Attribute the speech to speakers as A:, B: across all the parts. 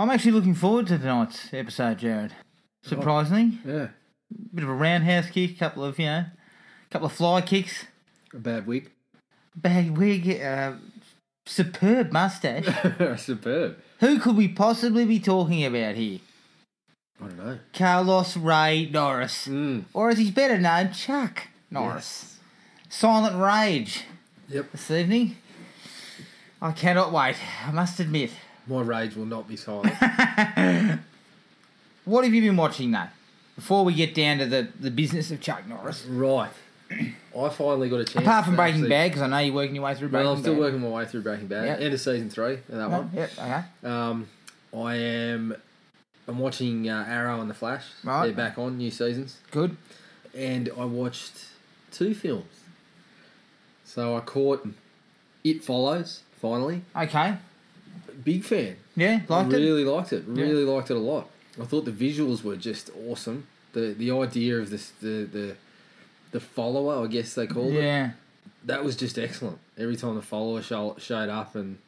A: actually looking forward to tonight's episode, Jared. Surprisingly,
B: Yeah,
A: bit of a roundhouse kick, couple of you know, couple of fly kicks,
B: a bad week.
A: bag wig, uh, superb mustache.
B: Superb.
A: Who could we possibly be talking about here?
B: I don't know.
A: Carlos Ray Norris,
B: Mm.
A: or as he's better known, Chuck Norris. Silent Rage
B: Yep.
A: this evening. I cannot wait. I must admit.
B: My rage will not be silent.
A: What have you been watching though? Before we get down to the, the business of Chuck Norris,
B: right. I finally got a chance.
A: apart from
B: to
A: Breaking
B: actually-
A: Bad, because I know you're working your way through Breaking
B: Well, I'm still
A: Bad.
B: working my way through Breaking Bad.
A: Yep.
B: End of season three. and
A: No,
B: That one.
A: yep, okay.
B: Um, I am. I'm watching uh, Arrow and the Flash.
A: Right.
B: They're back on new seasons,
A: Good.
B: and I watched two films. So I caught It Follows finally.
A: Okay.
B: Big fan.
A: Yeah, liked it.
B: really liked it. Really liked it a lot. I thought the visuals were just awesome. The the idea of this the the the follower, I guess they called it.
A: Yeah.
B: That was just excellent. Every time the follower show, showed up and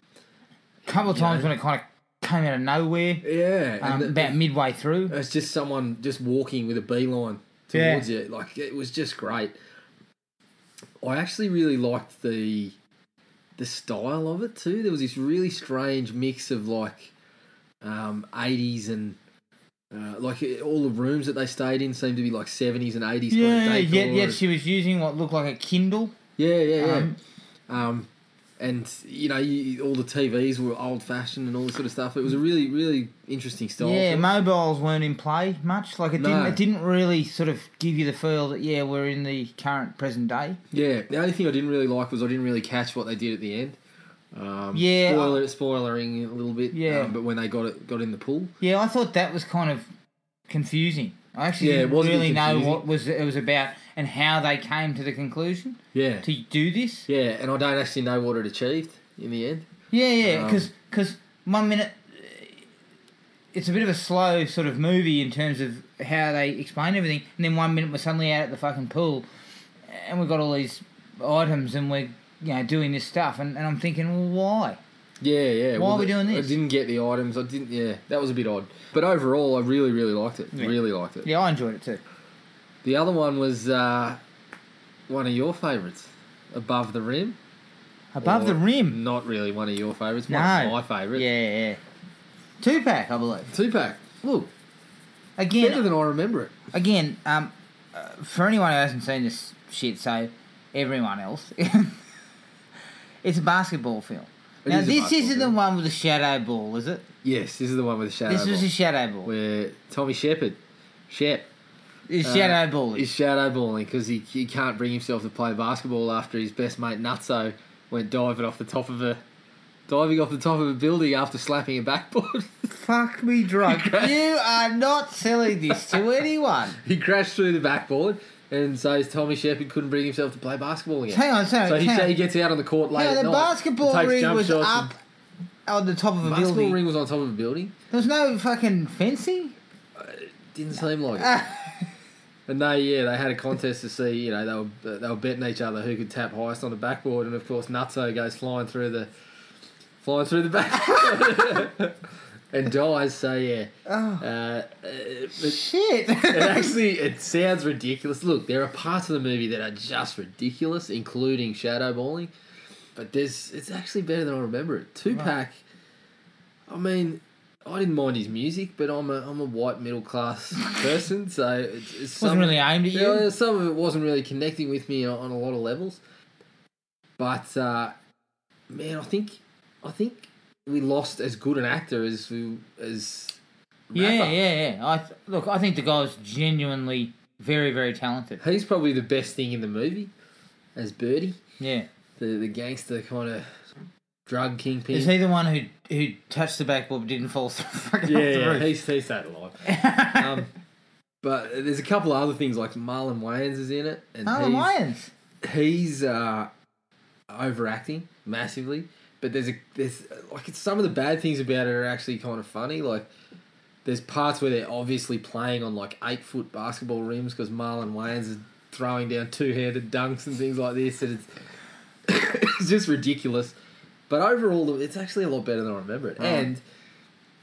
A: couple of
B: You know.
A: times when it kind of came out of nowhere,
B: yeah,
A: um,
B: and the-
A: about midway through.
B: it's just someone just walking with a beeline
A: Yeah.
B: towards you. Like it was just great. I actually really liked the the style of it too. There was this really strange mix of like um, 80s and uh, like it- all the rooms that they stayed in seemed to be like 70s and 80s.
A: yeah,
B: kind of
A: yet,
B: decor.
A: yet she was using what looked like a Kindle.
B: yeah, yeah, yeah.
A: Um,
B: Um, and you know, you, all the TVs were old fashioned and all this sort of stuff. It was a really, really interesting style.
A: Yeah,
B: to it.
A: mobiles weren't in play much. Like it
B: No.
A: didn't. It didn't really sort of give you the feel that yeah, we're in the current present day.
B: Yeah, the only thing I didn't really like was I didn't really catch what they did at the end. Um,
A: Yeah,
B: spoiler, spoilering a little bit.
A: Yeah.
B: um, but when they got it, got in the pool.
A: Yeah, I thought that was kind of confusing. I actually
B: Yeah, it
A: didn't
B: was a bit
A: really know
B: confusing.
A: what was it was about and how they came to the conclusion
B: Yeah,
A: to do this.
B: yeah, and I don't actually know what it achieved in the end.
A: Yeah, yeah,
B: Um,
A: because one minute uh, it's a bit of a slow sort of movie in terms of how they explain everything, and then one minute we're suddenly out at the fucking pool, and we've got all these items, and we're you know doing this stuff, and, and I'm thinking, well, why?
B: Yeah, yeah.
A: Why are we
B: the-
A: doing this?
B: I didn't get the items. I didn't. Yeah, that was a bit odd. But overall, I really, really liked it.
A: Yeah.
B: Really liked it.
A: Yeah, I enjoyed it too.
B: The other one was uh, one of your favourites, Above the Rim.
A: Above
B: Or
A: the rim.
B: Not really one of your favourites.
A: No,
B: One of my favourite.
A: Yeah, yeah. Two pack, I believe.
B: Tupac. Look,
A: Again,
B: better than I remember it.
A: again, um, uh, for anyone who hasn't seen this shit, so everyone else, it's a basketball film.
B: It
A: now,
B: is a
A: this
B: basketball
A: isn't
B: film.
A: the one with the shadow ball, is it?
B: Yes, this is the one with the shadow.
A: this was
B: ball.
A: a shadow ball.
B: where Tommy Shepard, Shep,
A: It's
B: uh,
A: shadow ball.
B: is shadow balling because he, he can't bring himself to play basketball after his best mate Nutso went diving off the top of a diving off the top of a building after slapping a backboard.
A: Fuck me drunk. you are not selling this to anyone.
B: he crashed through the backboard, and so Tommy Shepard couldn't bring himself to play basketball again.
A: Hang on, sorry.
B: so he,
A: hang
B: so
A: on.
B: he gets out on the court late.
A: Hang on,
B: at
A: the
B: night,
A: basketball
B: takes
A: ring
B: jump
A: was
B: shots
A: up
B: and-
A: on the top of a
B: Basketball
A: building.
B: ring was on top of a building.
A: There was no fucking fencing.
B: Didn't seem like it. And they, yeah, they had a contest to see, you know, they were they were betting each other who could tap highest on the backboard, and of course, Nutso goes flying through the, flying through the backboard, and dies. So yeah,
A: Oh,
B: uh, it, it
A: shit.
B: actually it sounds ridiculous. Look, there are parts of the movie that are just ridiculous, including shadow balling, but there's it's actually better than I remember it. Tupac, I mean. I didn't mind his music, but I'm a I'm a white middle class person, so it's, it's
A: Wasn't
B: some-
A: really aimed at you.
B: yeah, some of it wasn't really connecting with me on, on a lot of levels. But uh, man, I think I think we lost as good an actor as we as
A: Yeah,
B: rapper.
A: yeah, yeah. I th- look, I think the guy's genuinely very, very talented.
B: He's probably the best thing in the movie as Birdie,
A: Yeah,
B: the the gangster kind of drug kingpin.
A: is he the one who who touched the backboard but didn't fall through fucking
B: yeah,
A: off the
B: yeah,
A: roof?
B: he's he's that alive. um, but there's a couple of other things like Marlon Wayans is in it, and
A: Oh, the
B: he's-
A: Lions.
B: he's uh, overacting massively. But there's a there's like it's, some of the bad things about it are actually kind of funny. Like there's parts where they're obviously playing on like eight foot basketball rims because Marlon Wayans is throwing down two handed dunks and things like this, and it's it's just ridiculous. But overall, it's actually a lot better than I remember it.
A: Right.
B: And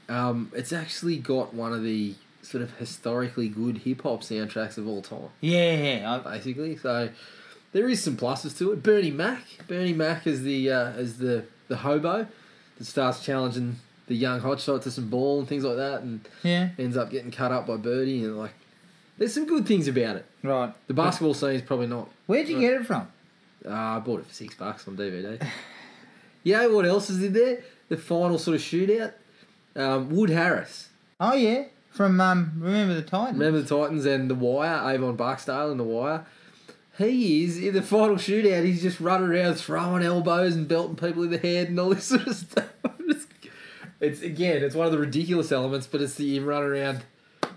B: Um, it's actually got one of the sort of historically good hip hop soundtracks of all time,
A: Yeah, yeah. I,
B: basically. So there is some pluses to it. Bernie Mac, Bernie Mac is the uh, is the the hobo that starts challenging the young hotshot to some ball and things like that, and
A: yeah.
B: ends up getting cut up by Birdie. And like, there's some good things about it.
A: Right.
B: The basketball scene is probably not
A: Where'd you
B: Right.
A: get it from?
B: uh, I bought it for six bucks on DVD. yeah, what else is in there? The final sort of shootout. Um, Wood Harris.
A: Oh yeah, from um, remember the Titans.
B: Remember the Titans and The Wire? Avon Barksdale and The Wire? He is, in the final shootout, he's just running around throwing elbows and belting people in the head and all this sort of stuff. It's- It's, again, it's one of the ridiculous elements, but it's the him running around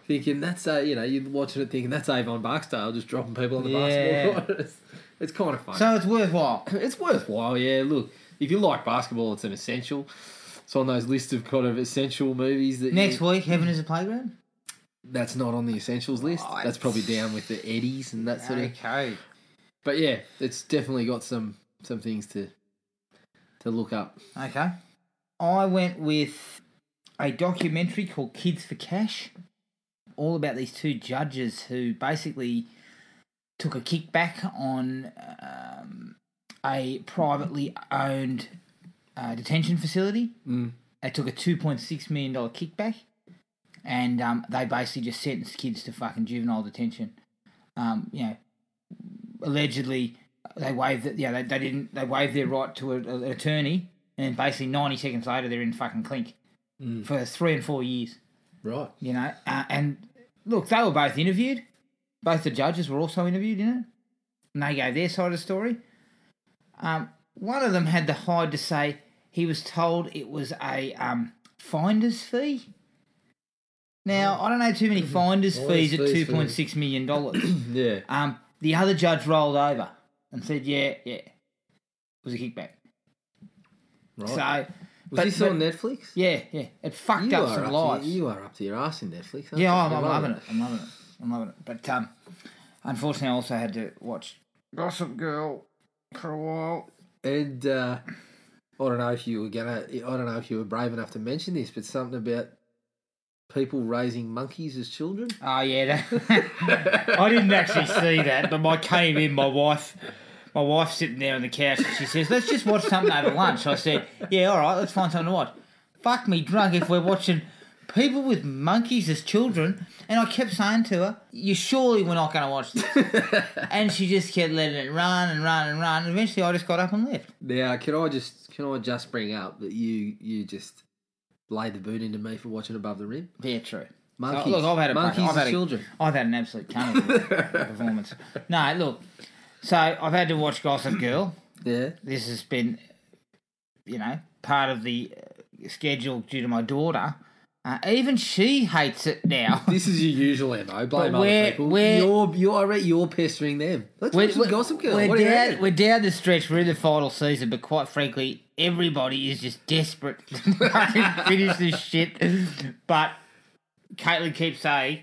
B: thinking, that's, uh, you know, you're watching it thinking, that's Avon Barksdale just dropping people on the
A: Yeah.
B: basketball court. It's, it's kind of fun.
A: So it's worthwhile.
B: it's worthwhile. Yeah, look, if you like basketball, it's an essential. It's on those list of kind of essential movies that
A: Next
B: you,
A: week, Heaven is a Playground.
B: that's not on the essentials list.
A: Oh, it's-
B: That's probably down with the Eddies and that sort of.
A: Okay.
B: But yeah, it's definitely got some some things to to look up.
A: Okay. I went with a documentary called Kids for Cash, all about these two judges who basically took a kickback on um, a privately owned uh, detention facility.
B: Mm.
A: They took a $2.6 million kickback and um, they basically just sentenced kids to fucking juvenile detention. Um, you know, allegedly they waived it. Yeah, they, they didn't. They waived their right to a, an attorney, and then basically ninety seconds later they're in fucking clink
B: Mm.
A: for three and four years.
B: Right.
A: You know, uh, and look, they were both interviewed. Both the judges were also interviewed, you know, and they gave their side of the story. Um, one of them had the hide to say he was told it was a um, finder's fee. Now I don't know too many finder's
B: Finder's
A: fees at
B: Mm. Mm-hmm.
A: two
B: fees for-
A: point six million dollars.
B: Yeah.
A: Um, the other judge rolled over and said, "Yeah, yeah, it was a kickback."
B: Right.
A: So,
B: Was
A: but-
B: this
A: but-
B: on Netflix?
A: yeah, yeah, it fucked
B: You
A: up
B: are,
A: some
B: up to,
A: lives.
B: you are up to your ass in Netflix. aren't
A: yeah,
B: you?
A: I'm,
B: You're
A: I'm loving it. I'm loving it. I'm loving it. But um, unfortunately, I also had to watch Gossip Girl for a while.
B: And uh, I don't know if you were gonna. I don't know if you were brave enough to mention this, but something about people raising monkeys as children.
A: Oh yeah, that, I didn't actually see that, but I came in. My wife, my wife's sitting there on the couch, and she says, "Let's just watch something over lunch." I said, "Yeah, all right, let's find something to watch." Fuck me drunk if we're watching people with monkeys as children, and I kept saying to her, "You surely we're not going to watch this," and she just kept letting it run and run and run. And eventually, I just got up and left.
B: Now, can I just can I just bring up that you you just laid the boot into me for watching above the rim?
A: Yeah, true.
B: Monkeys.
A: look, I've had a
B: monkeys
A: break. I've
B: as
A: had a-
B: children.
A: I've had an absolute cunt of a performance. No, look. So I've had to watch Gossip Girl.
B: Yeah.
A: this has been, you know, part of the uh, schedule due to my daughter. Uh, even she hates it now.
B: This is your usual MO. Blame
A: But
B: other
A: we're-
B: people.
A: we're-
B: you're you're I reckon you're pestering them. Let's watch some Gossip Girl.
A: we're
B: What do you
A: down,
B: reckon?
A: we're down the stretch. We're in the final season, but quite frankly, everybody is just desperate to fucking finish this shit. But Caitlin keeps saying.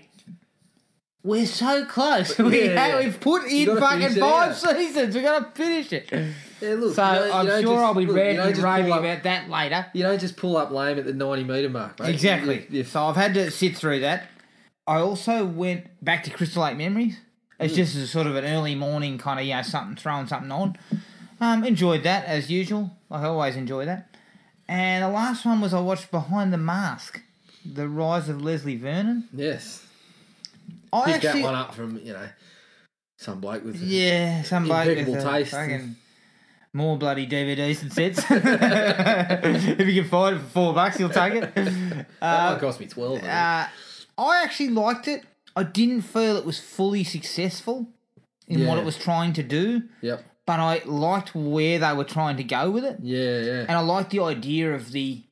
A: We're so close. We
B: Yeah,
A: have,
B: yeah.
A: we've put in
B: gotta
A: fucking
B: finish it
A: five
B: out.
A: seasons. We're gonna finish it.
B: Yeah, look,
A: So
B: you know- you
A: I'm
B: don't
A: sure
B: just-
A: I'll be
B: look, you
A: ranting
B: don't
A: and
B: just pull
A: raving
B: up-
A: about that later.
B: You don't just pull up lame at the ninety meter mark. Mate.
A: Exactly.
B: You- you-
A: So I've had to sit through that. I also went back to Crystal Lake Memories.
B: Hmm.
A: It's just a sort of an early morning kind of, you know, something, throwing something on. Um, enjoyed that as usual. Like I always enjoy that. And the last one was I watched Behind the Mask, The Rise of Leslie Vernon.
B: yes.
A: I
B: Pick
A: actually,
B: that one up from you know some bloke with a-
A: yeah, some bloke with
B: Impeccable
A: a
B: taste.
A: fucking more bloody DVDs and sets. if you can find it for four bucks, you'll take it.
B: that one cost me twelve. I think.
A: Uh, I actually liked it. I didn't feel it was fully successful in what
B: Yeah.
A: it was trying to do,
B: yep.
A: but I liked where they were trying to go with it,
B: Yeah. Yeah.
A: and I liked the idea of the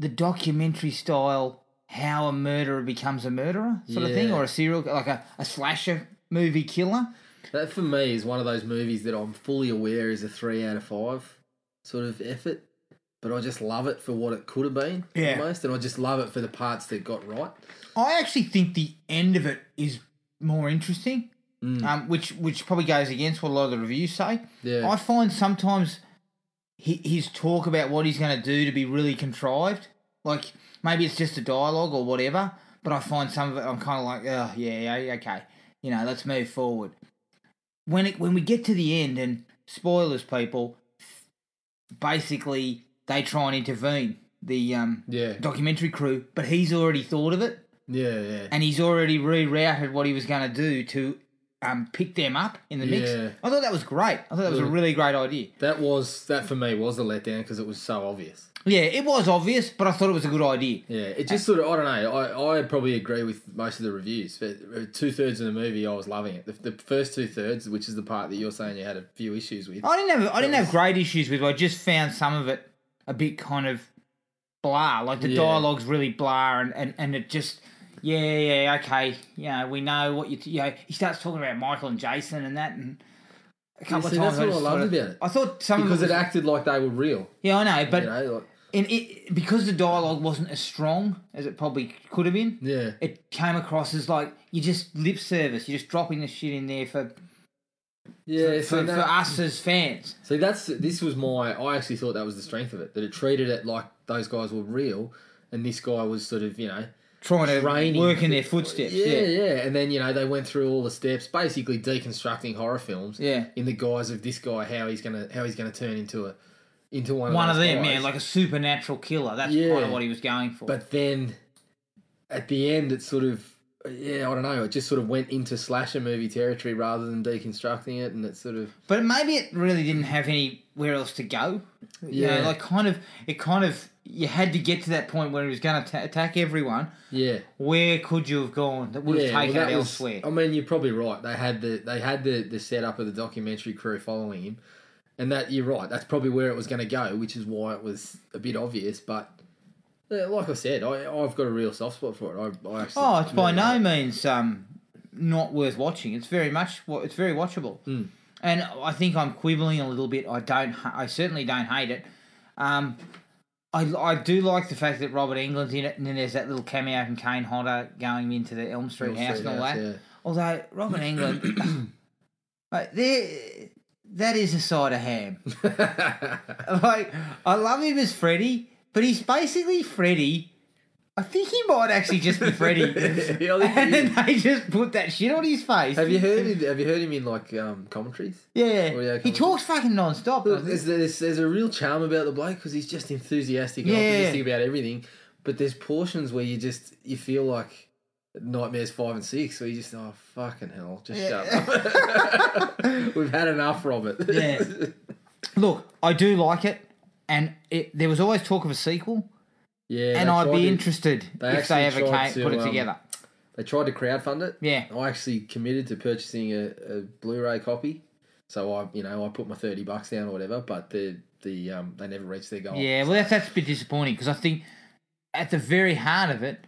A: the documentary style how a murderer becomes a murderer sort of thing,
B: Yeah.
A: or a serial like a, a slasher movie killer.
B: That for me is one of those movies that I'm fully aware is a three out of five sort of effort, but I just love it for what it could have been
A: Yeah.
B: almost, and I just love it for the parts that got right.
A: I actually think the end of it is more interesting,
B: Mm.
A: um, which which probably goes against what a lot of the reviews say.
B: Yeah.
A: I find sometimes hi- his talk about what he's going to do to be really contrived, Like maybe it's just a dialogue or whatever, but I find some of it I'm kind of like, oh yeah, yeah, okay, you know, let's move forward. When it when we get to the end and spoilers, people, basically they try and intervene the um,
B: Yeah.
A: documentary crew, but he's already thought of it
B: Yeah, yeah.
A: and he's already rerouted what he was going to do to um, pick them up in the mix.
B: Yeah.
A: I thought that was great. I thought that was a
B: Mm.
A: really great idea.
B: That was that for me was the letdown because it was so obvious.
A: Yeah, it was obvious, but I thought it was a good idea.
B: Yeah, it just sort of I don't know. I I probably agree with most of the reviews. But two thirds of the movie, I was loving it. The, the first two thirds, which is the part that you're saying you had a few issues with.
A: I didn't have I didn't
B: That
A: have great issues with. it. I just found some of it a bit kind of blah. Like the
B: Yeah.
A: dialogue's really blah, and, and, and it just yeah yeah yeah, okay yeah we know what you t- you know he starts talking about Michael and Jason and that and a couple
B: see,
A: of times
B: that's what I
A: just
B: loved
A: sort of-
B: about it.
A: I thought some
B: because
A: of
B: it
A: it, was,
B: acted like they were real.
A: yeah I know but
B: you know, like,
A: in it because the dialogue wasn't as strong as it probably could have been.
B: yeah,
A: It came across as like you just lip service. You're just dropping the shit in there for
B: yeah.
A: for,
B: So,
A: for
B: that-
A: us as fans.
B: see, that's this was my. I actually thought that was the strength of it. That it treated it like those guys were real, and this guy was sort of you know
A: trying to
B: Training.
A: work in their footsteps. Yeah,
B: yeah, yeah. And then, you know, they went through all the steps, basically deconstructing horror films.
A: Yeah.
B: In the guise of this guy, how he's gonna how he's gonna turn into a into one,
A: one of
B: those
A: them,
B: guys.
A: yeah, like a supernatural killer. That's
B: Yeah.
A: kind of what he was going for.
B: But then at the end it sort of yeah, I don't know, it just sort of went into slasher movie territory rather than deconstructing it and it sort of
A: but maybe it really didn't have anywhere else to go. Yeah,
B: Yeah.
A: like kind of, it kind of, you had to get to that point where he was going to attack everyone.
B: Yeah.
A: Where could you have gone that would have
B: Yeah, well,
A: taken
B: that
A: it
B: was-
A: elsewhere?
B: I mean, you're probably right. They had the they had the the setup of the documentary crew following him, and that you're right. That's probably where it was going to go, which is why it was a bit obvious. But yeah, like I said, I I've got a real soft spot for it. I, I actually
A: oh, it's by
B: really
A: no
B: like
A: means um, not worth watching. It's very much, wa- it's very watchable. And I think I'm quibbling a little bit. I don't, ha- I certainly don't hate it. Um, I, I do like the fact that Robert England's in it, and then there's that little cameo from Kane Hodder going into the Elm
B: it.
A: Street
B: Real
A: house
B: Street
A: and all that.
B: House,
A: Although Robert England, like, there, that is a side of ham.
B: yeah.
A: Like I love him as Freddy, but he's basically Freddy. I think he might actually just be Freddy.
B: Yeah, I think
A: and
B: he
A: then they just put that shit on his face.
B: have you heard? him- Oh, Have you heard him in like um, commentaries?
A: Yeah,
B: Audio
A: he
B: commentary.
A: talks fucking non-stop.
B: Look,
A: doesn't he?
B: there's, there's there's a real charm about the bloke because he's just enthusiastic and
A: Yeah.
B: optimistic about everything. But there's portions where you just you feel like nightmares five and six where you just oh fucking hell, just shut up. We've had enough, Robert.
A: Yeah. Look, I do like it, and it, there was always talk of a sequel,
B: yeah.
A: and
B: they
A: I'd
B: tried
A: be
B: to-
A: interested
B: they
A: if they ever
B: actually tried
A: came, put
B: to,
A: it
B: um,
A: together.
B: They tried to crowdfund it.
A: Yeah.
B: I actually committed to purchasing a, a Blu-ray copy, so I you know I put my thirty bucks down or whatever, but the the um they never reached their goal.
A: Yeah, well, that's that's a bit disappointing because I think at the very heart of it,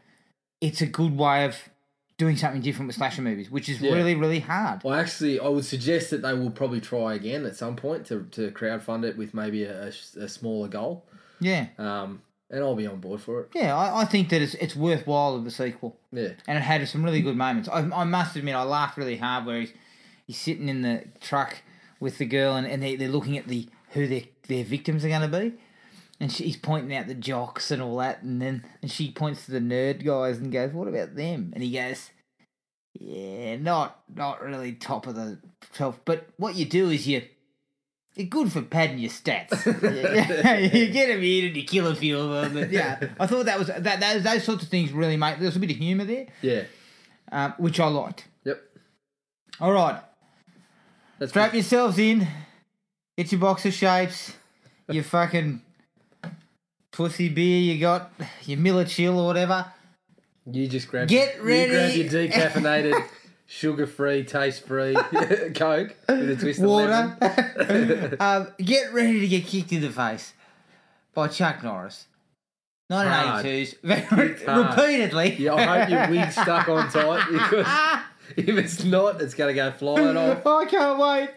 A: it's a good way of doing something different with slasher movies, which is
B: Yeah.
A: really really hard.
B: Well, actually, I would suggest that they will probably try again at some point to, to crowdfund it with maybe a, a s- a smaller goal.
A: Yeah,
B: Um, and I'll be on board for it.
A: yeah, I, I think that it's it's worthwhile of a sequel,
B: Yeah.
A: and it had some really good moments. I, I must admit, I laughed really hard where he's he's sitting in the truck with the girl, and, and they they're looking at the who their their victims are going to be. And she, he's pointing out the jocks and all that, and then and she points to the nerd guys and goes, "What about them?" And he goes, "Yeah, not not really top of the shelf, but what you do is you." You're good for padding your stats. you get them in and you kill a few of them. And yeah, I thought that was that, that those sorts of things really make there's a bit of humour there,
B: Yeah.
A: um, which I liked.
B: Yep.
A: All right,
B: That's
A: Strap yourselves in. Get your box of shapes. Your fucking pussy beer you got. Your Miller Chill or whatever.
B: You just grab
A: Get
B: You grab
A: ready.
B: your decaffeinated, sugar free, taste free Coke with a twist
A: Water.
B: of lemon.
A: um, get ready to get kicked in the face by Chuck Norris. 1982's.
B: Hard.
A: Repeatedly.
B: Yeah, I hope your wig's stuck on tight because if it's not, it's going to go flying off.
A: I can't wait.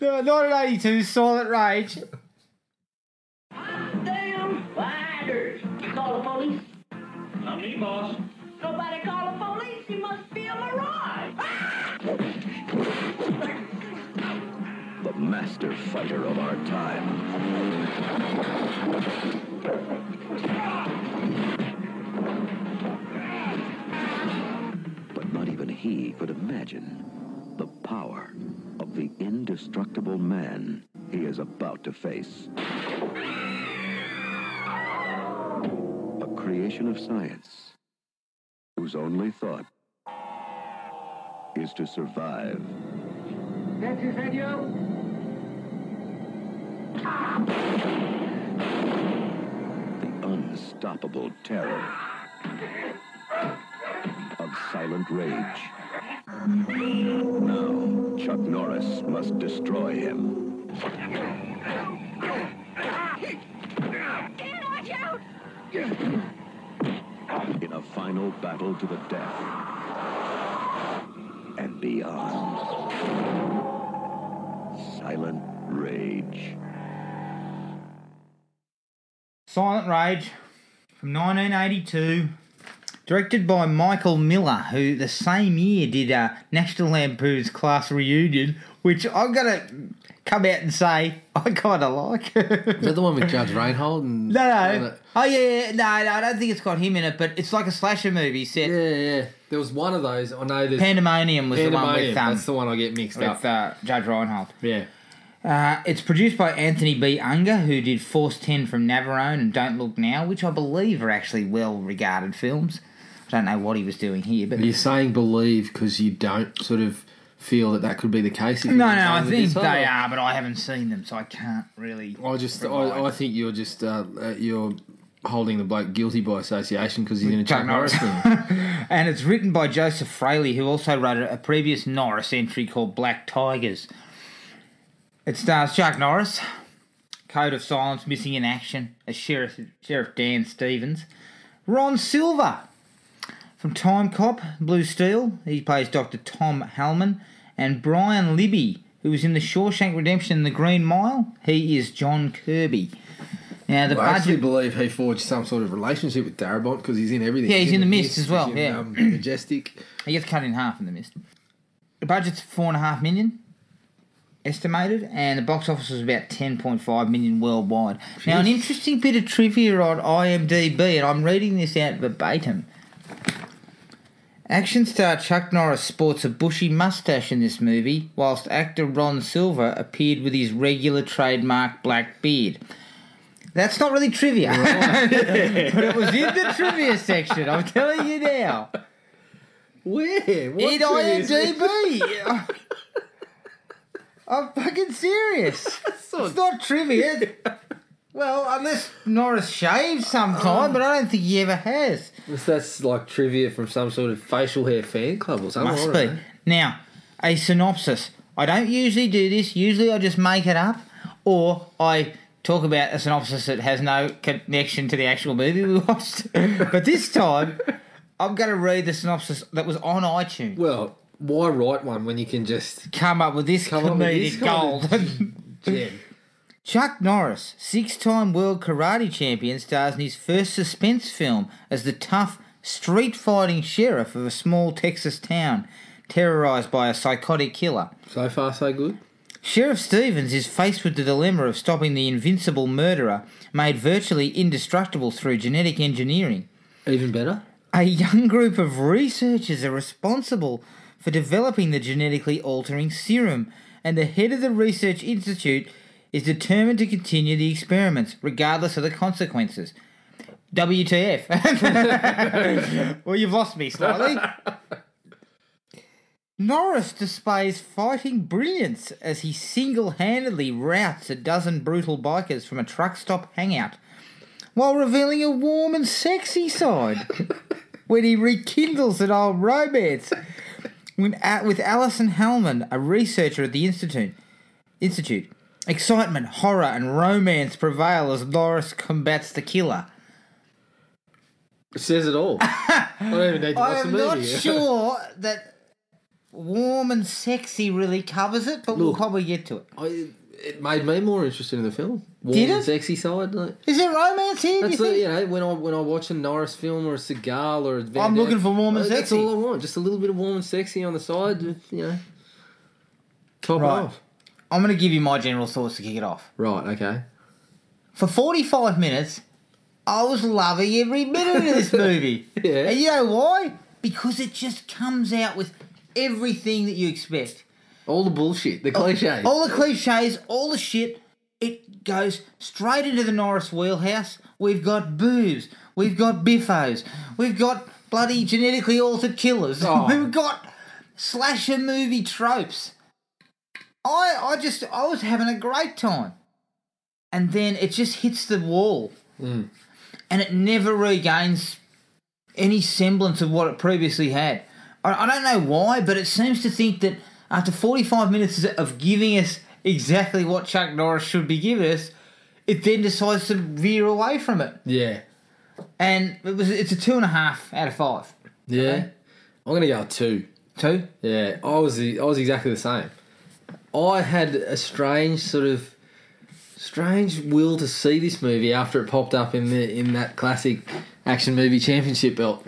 A: No, 1982's Silent Rage.
C: Damn fighters! You call the police?
D: I'm me, boss.
C: Nobody call the police. You must be a mirage.
E: the master fighter of our time. But not even he could imagine the power of the indestructible man he is about to face. A creation of science whose only thought is to survive. The unstoppable terror of silent rage. Now, Chuck Norris must destroy him.
C: Dad, watch out!
E: in a final battle to the death and beyond. Silent Rage.
A: Silent Rage from 1982, directed by Michael Miller, who the same year did uh, National Lampoon's Class Reunion, which I'm gonna come out and say I kind of like.
B: Is that the one with Judge Reinhold? And
A: no, no, oh yeah, yeah, no, no, I don't think it's got him in it, but it's like a slasher movie set.
B: Yeah, yeah. There was one of those. I know there's
A: Pandemonium was the one
B: Pandemonium.
A: with um,
B: That's the one I get mixed up.
A: with uh, Judge Reinhold.
B: yeah.
A: Uh, it's produced by Anthony B. Unger, who did Force 10 from Navarone and Don't Look Now, which I believe are actually well regarded films. I don't know what he was doing here, but.
B: You're saying believe because you don't sort of feel that that could be the case. if
A: No, no,
B: you're
A: I
B: saying with
A: think
B: this one,
A: they
B: or-
A: are, but I haven't seen them, so I can't really.
B: I just, I, I think you're just, uh, uh, you're holding the bloke guilty by association because he's in a Chuck
A: Chuck
B: Norris
A: Norris.
B: film.
A: and it's written by Joseph Fraley, who also wrote a, a previous Norris entry called Black Tigers. It stars Chuck Norris, Code of Silence, Missing in Action, as Sheriff, Sheriff Dan Stevens, Ron Silver from Time Cop, Blue Steel, he plays Dr. Tom Hallman, and Brian Libby, who was in The Shawshank Redemption and The Green Mile, he is John Kirby. Now, the
B: I actually
A: budget.
B: believe he forged some sort of relationship with Darabont because he's in everything.
A: Yeah, he's in The Mist as well,
B: he's
A: yeah.
B: um, Majestic.
A: He gets cut in half in the mist. The budget's four and a half million estimated, and the box office was about ten point five million worldwide. Now, an interesting bit of trivia on IMDb, and I'm reading this out verbatim. Action star Chuck Norris sports a bushy mustache in this movie, whilst actor Ron Silver appeared with his regular trademark black beard. That's not really trivia, but it was in the trivia section. I'm telling you now.
B: Where? What
A: Eat
B: is this?
A: IMDb. I'm fucking serious. It's not trivia. Well, unless Norris shaves
B: Oh.
A: sometime, but I don't think he ever has.
B: Unless That's like trivia from some sort of facial hair fan club or something.
A: Must
B: I
A: be.
B: don't know.
A: Now, a synopsis. I don't usually do this. Usually I just make it up or I talk about a synopsis that has no connection to the actual movie we watched. but this time, I'm going to read the synopsis that was on iTunes.
B: Well, why write one when you can just
A: Come up with this
B: Come
A: comedic
B: up with this kind
A: gold.
B: of- jam?
A: Chuck Norris, six time world karate champion, stars in his first suspense film as the tough, street fighting sheriff of a small Texas town terrorized by a psychotic killer.
B: So far, so good.
A: Sheriff Stevens is faced with the dilemma of stopping the invincible murderer made virtually indestructible through genetic engineering.
B: Even better.
A: A young group of researchers are responsible for developing the genetically altering serum, and the head of the research institute is determined to continue the experiments, regardless of the consequences. WTF. well, you've lost me slightly. Norris displays fighting brilliance as he single handedly routs a dozen brutal bikers from a truck stop hangout while revealing a warm and sexy side when he rekindles an old romance when, uh, with Alison Hellman, a researcher at the Institute. Institute. Excitement, horror, and romance prevail as Norris combats the killer.
B: It says it all. I don't even need to watch
A: I'm
B: the
A: not
B: movie.
A: sure that warm and sexy really covers it, but we'll
B: Look.
A: probably get to it.
B: I, it made me more interested in the film. Warm
A: Did
B: and
A: it?
B: sexy side. Like,
A: Is there romance here? do you
B: that's like,
A: think?
B: you know when I when I watch a Norris film or a Seagal or a Van
A: I'm
B: Damme,
A: looking for warm and
B: uh, That's
A: sexy. Mm-hmm.
B: all I want. Just a little bit of warm and sexy on the side. You know, top
A: Right.
B: it off.
A: I'm going to give you my general thoughts to kick it off.
B: Right. Okay.
A: For 45 minutes, I was loving every minute of this movie.
B: Yeah.
A: And you know why? Because it just comes out with everything that you expect.
B: All the bullshit,
A: Oh,
B: the cliches.
A: All the cliches, all the shit. It goes straight into the Norris wheelhouse. We've got boobs. We've got biffos. We've got bloody genetically altered killers.
B: Oh.
A: We've got slasher movie tropes. I I just I was having a great time. And then it just hits the wall.
B: Mm.
A: And it never regains any semblance of what it previously had. I, I don't know why, but it seems to think that after 45 minutes of giving us exactly what Chuck Norris should be giving us, it then decides to veer away from it.
B: yeah.
A: And it was it's a two and a half out of five.
B: Yeah. I'm gonna go two.
A: Two?
B: Yeah, I was the, I was exactly the same. I had a strange sort of strange will to see this movie after it popped up in the in that classic action movie championship belt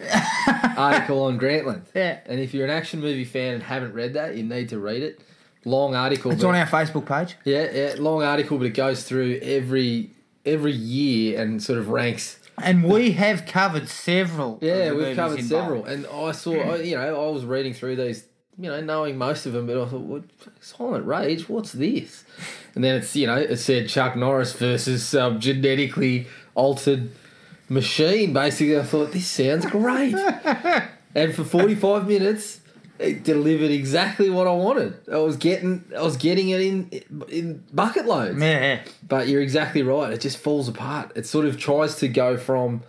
B: article on Grantland.
A: Yeah.
B: And if you're an action movie fan and haven't read that, you need to read it. Long article.
A: It's
B: but-
A: on our Facebook page.
B: yeah, yeah, long article, but it goes through every every year and sort of ranks
A: And we have covered several. of
B: Yeah,
A: the
B: we've
A: movies
B: covered
A: involved.
B: several, and I saw. I, you know, I was reading through these, you know, knowing most of them, but I thought, what, Silent Rage, what's this? And then it's you know, it said Chuck Norris versus some genetically altered machine. Basically, I thought this sounds great, and for forty five minutes. It delivered exactly what I wanted. I was getting, I was getting it in in bucket loads.
A: Yeah.
B: But you're exactly right. It just falls apart. It sort of tries to go from,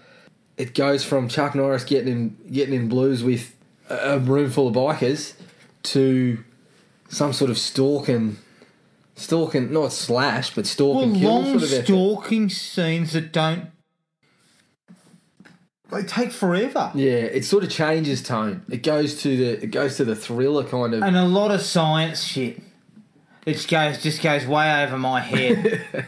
B: it goes from Chuck Norris getting in getting in blues with a a room full of bikers, to some sort of stalking, stalking not slash
A: Well,
B: but stalking kill
A: long
B: sort of effort.
A: stalking scenes that don't. They take forever.
B: yeah, it sort of changes tone. It goes to the it goes to the thriller kind of.
A: and a lot of science shit. It goes just goes way over my head.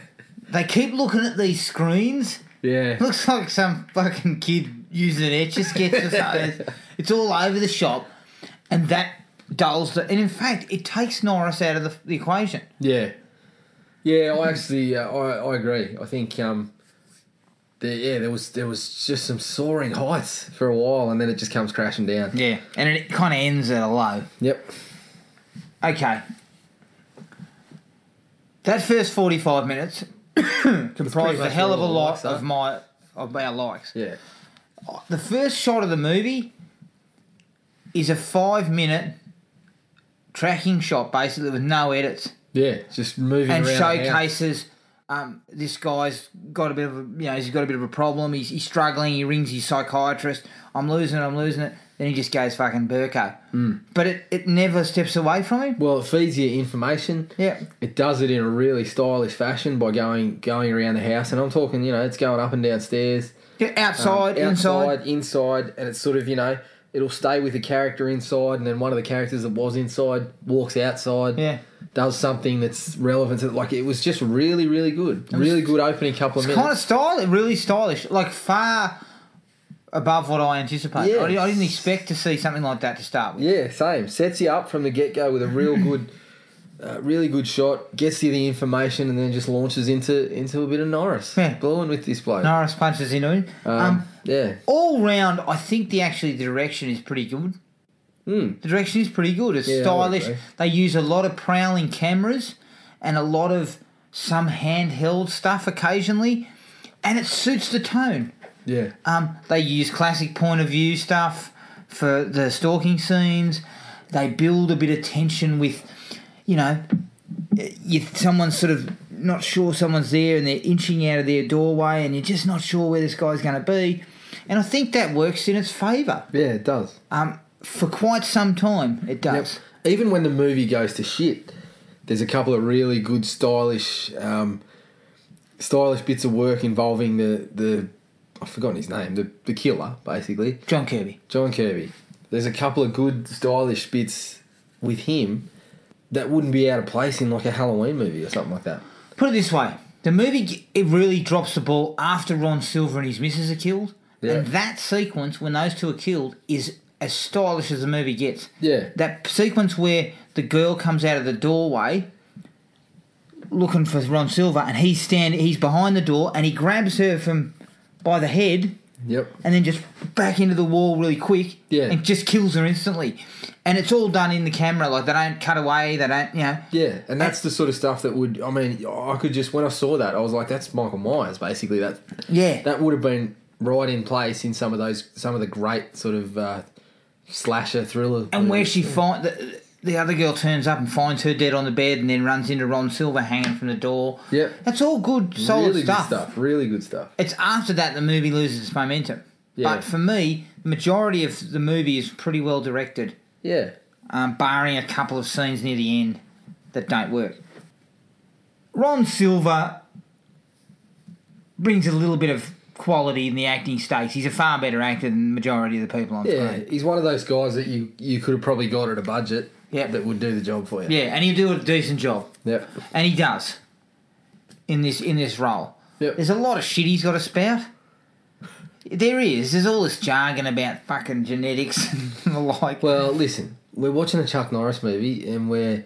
A: they keep looking at these screens.
B: Yeah,
A: Looks like some fucking kid using an etch a sketch or something. It's- It's all over the shop, and that dulls the. And in fact, it takes Norris out of the, the equation.
B: Yeah, yeah. I actually, uh, I, I agree. I think, um, there, yeah, there was there was just some soaring heights for a while, and then it just comes crashing down.
A: Yeah, and it kind of ends at a low.
B: Yep.
A: Okay. That first forty-five minutes comprises a
B: much
A: hell of a
B: all the
A: lot
B: likes, huh?
A: of my of our likes.
B: Yeah.
A: The first shot of the movie is a five minute tracking shot, basically, with no edits,
B: Yeah. Just moving
A: and
B: around. the house.
A: showcases um, this guy's got a bit of a, you know he's got a bit of a problem. He's, he's struggling. He rings his psychiatrist. I'm losing it. I'm losing it. Then he just goes fucking burko.
B: Hmm.
A: Mm. But it, it never steps away from him.
B: Well, it feeds you information.
A: Yeah.
B: It does it in a really stylish fashion by going going around the house, and I'm talking, you know, it's going up and downstairs.
A: Yeah, Outside, inside.
B: Um, outside, inside, and it's sort of you know it'll stay with the character inside, and then one of the characters that was inside walks outside,
A: Yeah.
B: does something that's relevant to like it was just really really good, really good opening couple of
A: It's
B: minutes.
A: kind of stylish, really stylish, like far above what I anticipated. I, didn't, I didn't
B: Yes.
A: expect to see something like that to start with.
B: yeah, same sets you up from the get go with a real good. Uh, really good shot, gets you the information, and then just launches into into a bit of Norris,
A: Yeah.
B: blowing with this bloke.
A: Norris punches into him.
B: Um,
A: Um,
B: yeah,
A: all round, I think the actually the direction is pretty good.
B: Mm.
A: The direction is pretty good. It's
B: Yeah, I would
A: stylish.
B: agree.
A: They use a lot of prowling cameras and a lot of some handheld stuff occasionally, and it suits the tone.
B: yeah,
A: Um, they use classic point of view stuff for the stalking scenes. They build a bit of tension with, you know, you, someone's sort of not sure someone's there and they're inching out of their doorway and you're just not sure where this guy's going to be. And I think that works in its favour
B: yeah. It does.
A: um, for quite some time. It
B: Yep.
A: does.
B: Even when the movie goes to shit, there's a couple of really good stylish, um, stylish bits of work involving the the I've forgotten his name, the the killer basically,
A: John Kirby.
B: John Kirby. There's a couple of good stylish bits with him that wouldn't be out of place in like a Halloween movie or something like that.
A: Put it this way: the movie g- it really drops the ball after Ron Silver and his missus are killed,
B: Yeah.
A: and that sequence when those two are killed is as stylish as the movie gets.
B: Yeah.
A: that p- sequence where the girl comes out of the doorway looking for Ron Silver, and he's stand he's behind the door, and he grabs her from by the head
B: Yep.
A: and then just back into the wall really quick
B: Yeah.
A: and just kills her instantly. And it's all done in the camera, like they don't cut away, they don't, you know.
B: Yeah, and that's the sort of stuff that would. I mean, I could just when I saw that, I was like, "That's Michael Myers." Basically, that
A: Yeah.
B: that would have been right in place in some of those, some of the great sort of uh, slasher thriller.
A: and where she find the, the other girl turns up and finds her dead on the bed and then runs into Ron Silver hanging from the door.
B: Yep.
A: That's all good, solid
B: really
A: stuff.
B: good stuff, really good stuff.
A: It's after that the movie loses its momentum.
B: Yeah.
A: But for me, the majority of the movie is pretty well directed,
B: Yeah,
A: um, barring a couple of scenes near the end that don't work. Ron Silver brings a little bit of quality in the acting stakes. He's a far better actor than the majority of the people on
B: yeah,
A: screen.
B: he's one of those guys that you you could have probably got at a budget.
A: Yeah.
B: that would do the job for you.
A: Yeah, and he'll do a decent job.
B: Yep.
A: and he does in this in this role.
B: Yep.
A: There's a lot of shit he's got to spout. There is. There's all this jargon about fucking genetics and the like.
B: Well, listen, we're watching a Chuck Norris movie, and we're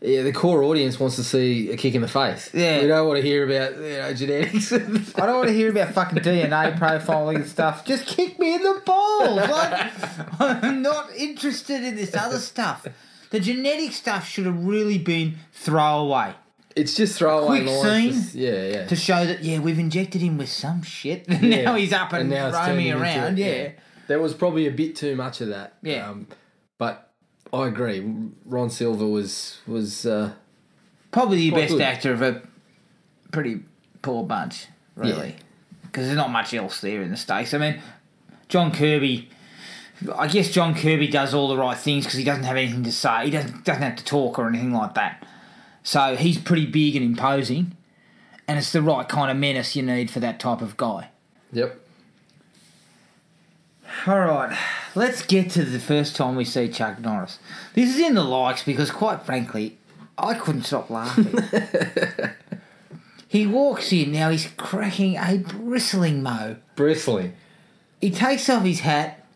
B: yeah, the core audience wants to see a kick in the face.
A: Yeah.
B: we don't want to hear about you know genetics.
A: I don't want to hear about fucking DNA profiling and stuff. Just kick me in the balls. Like, I'm not interested in this other stuff. The genetic stuff should have really been throwaway
B: It's just throwaway
A: Quick
B: lines.
A: scene.
B: just- yeah, yeah.
A: to show that yeah we've injected him with some shit. and
B: Yeah.
A: Now he's up and,
B: now it's
A: roaming
B: turning into
A: around.
B: it,
A: yeah.
B: There was probably a bit too much of that. um,
A: Yeah.
B: but I agree. Ron Silver was was uh,
A: probably the
B: Quite
A: best
B: good.
A: actor of a pretty poor bunch, really, because there's not much else there in the states. I mean, John Kirby. I guess John Kirby does all the right things because he doesn't have anything to say. He doesn't doesn't have to talk or anything like that. So he's pretty big and imposing, and it's the right kind of menace you need for that type of guy.
B: yep.
A: All right, let's get to the first time we see Chuck Norris. This is in the likes because, quite frankly, I couldn't stop laughing. he walks in now. He's cracking a bristling mo.
B: Bristling.
A: He takes off his hat.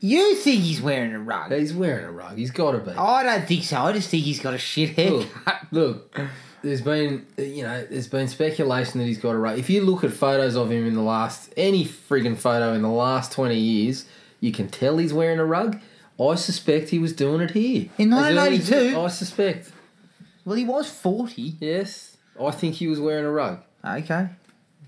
A: You think he's wearing a rug?
B: He's wearing a rug. He's got to be.
A: I don't think so. I just think he's got a shit head.
B: Look, look. There's been you know there's been speculation that he's got a rug. If you look at photos of him in the last any friggin' photo in the last twenty years, you can tell he's wearing a rug. I suspect he was doing it here
A: In
B: As early as-
A: 1982?
B: I suspect.
A: Well, he was forty.
B: Yes, I think he was wearing a rug.
A: Okay.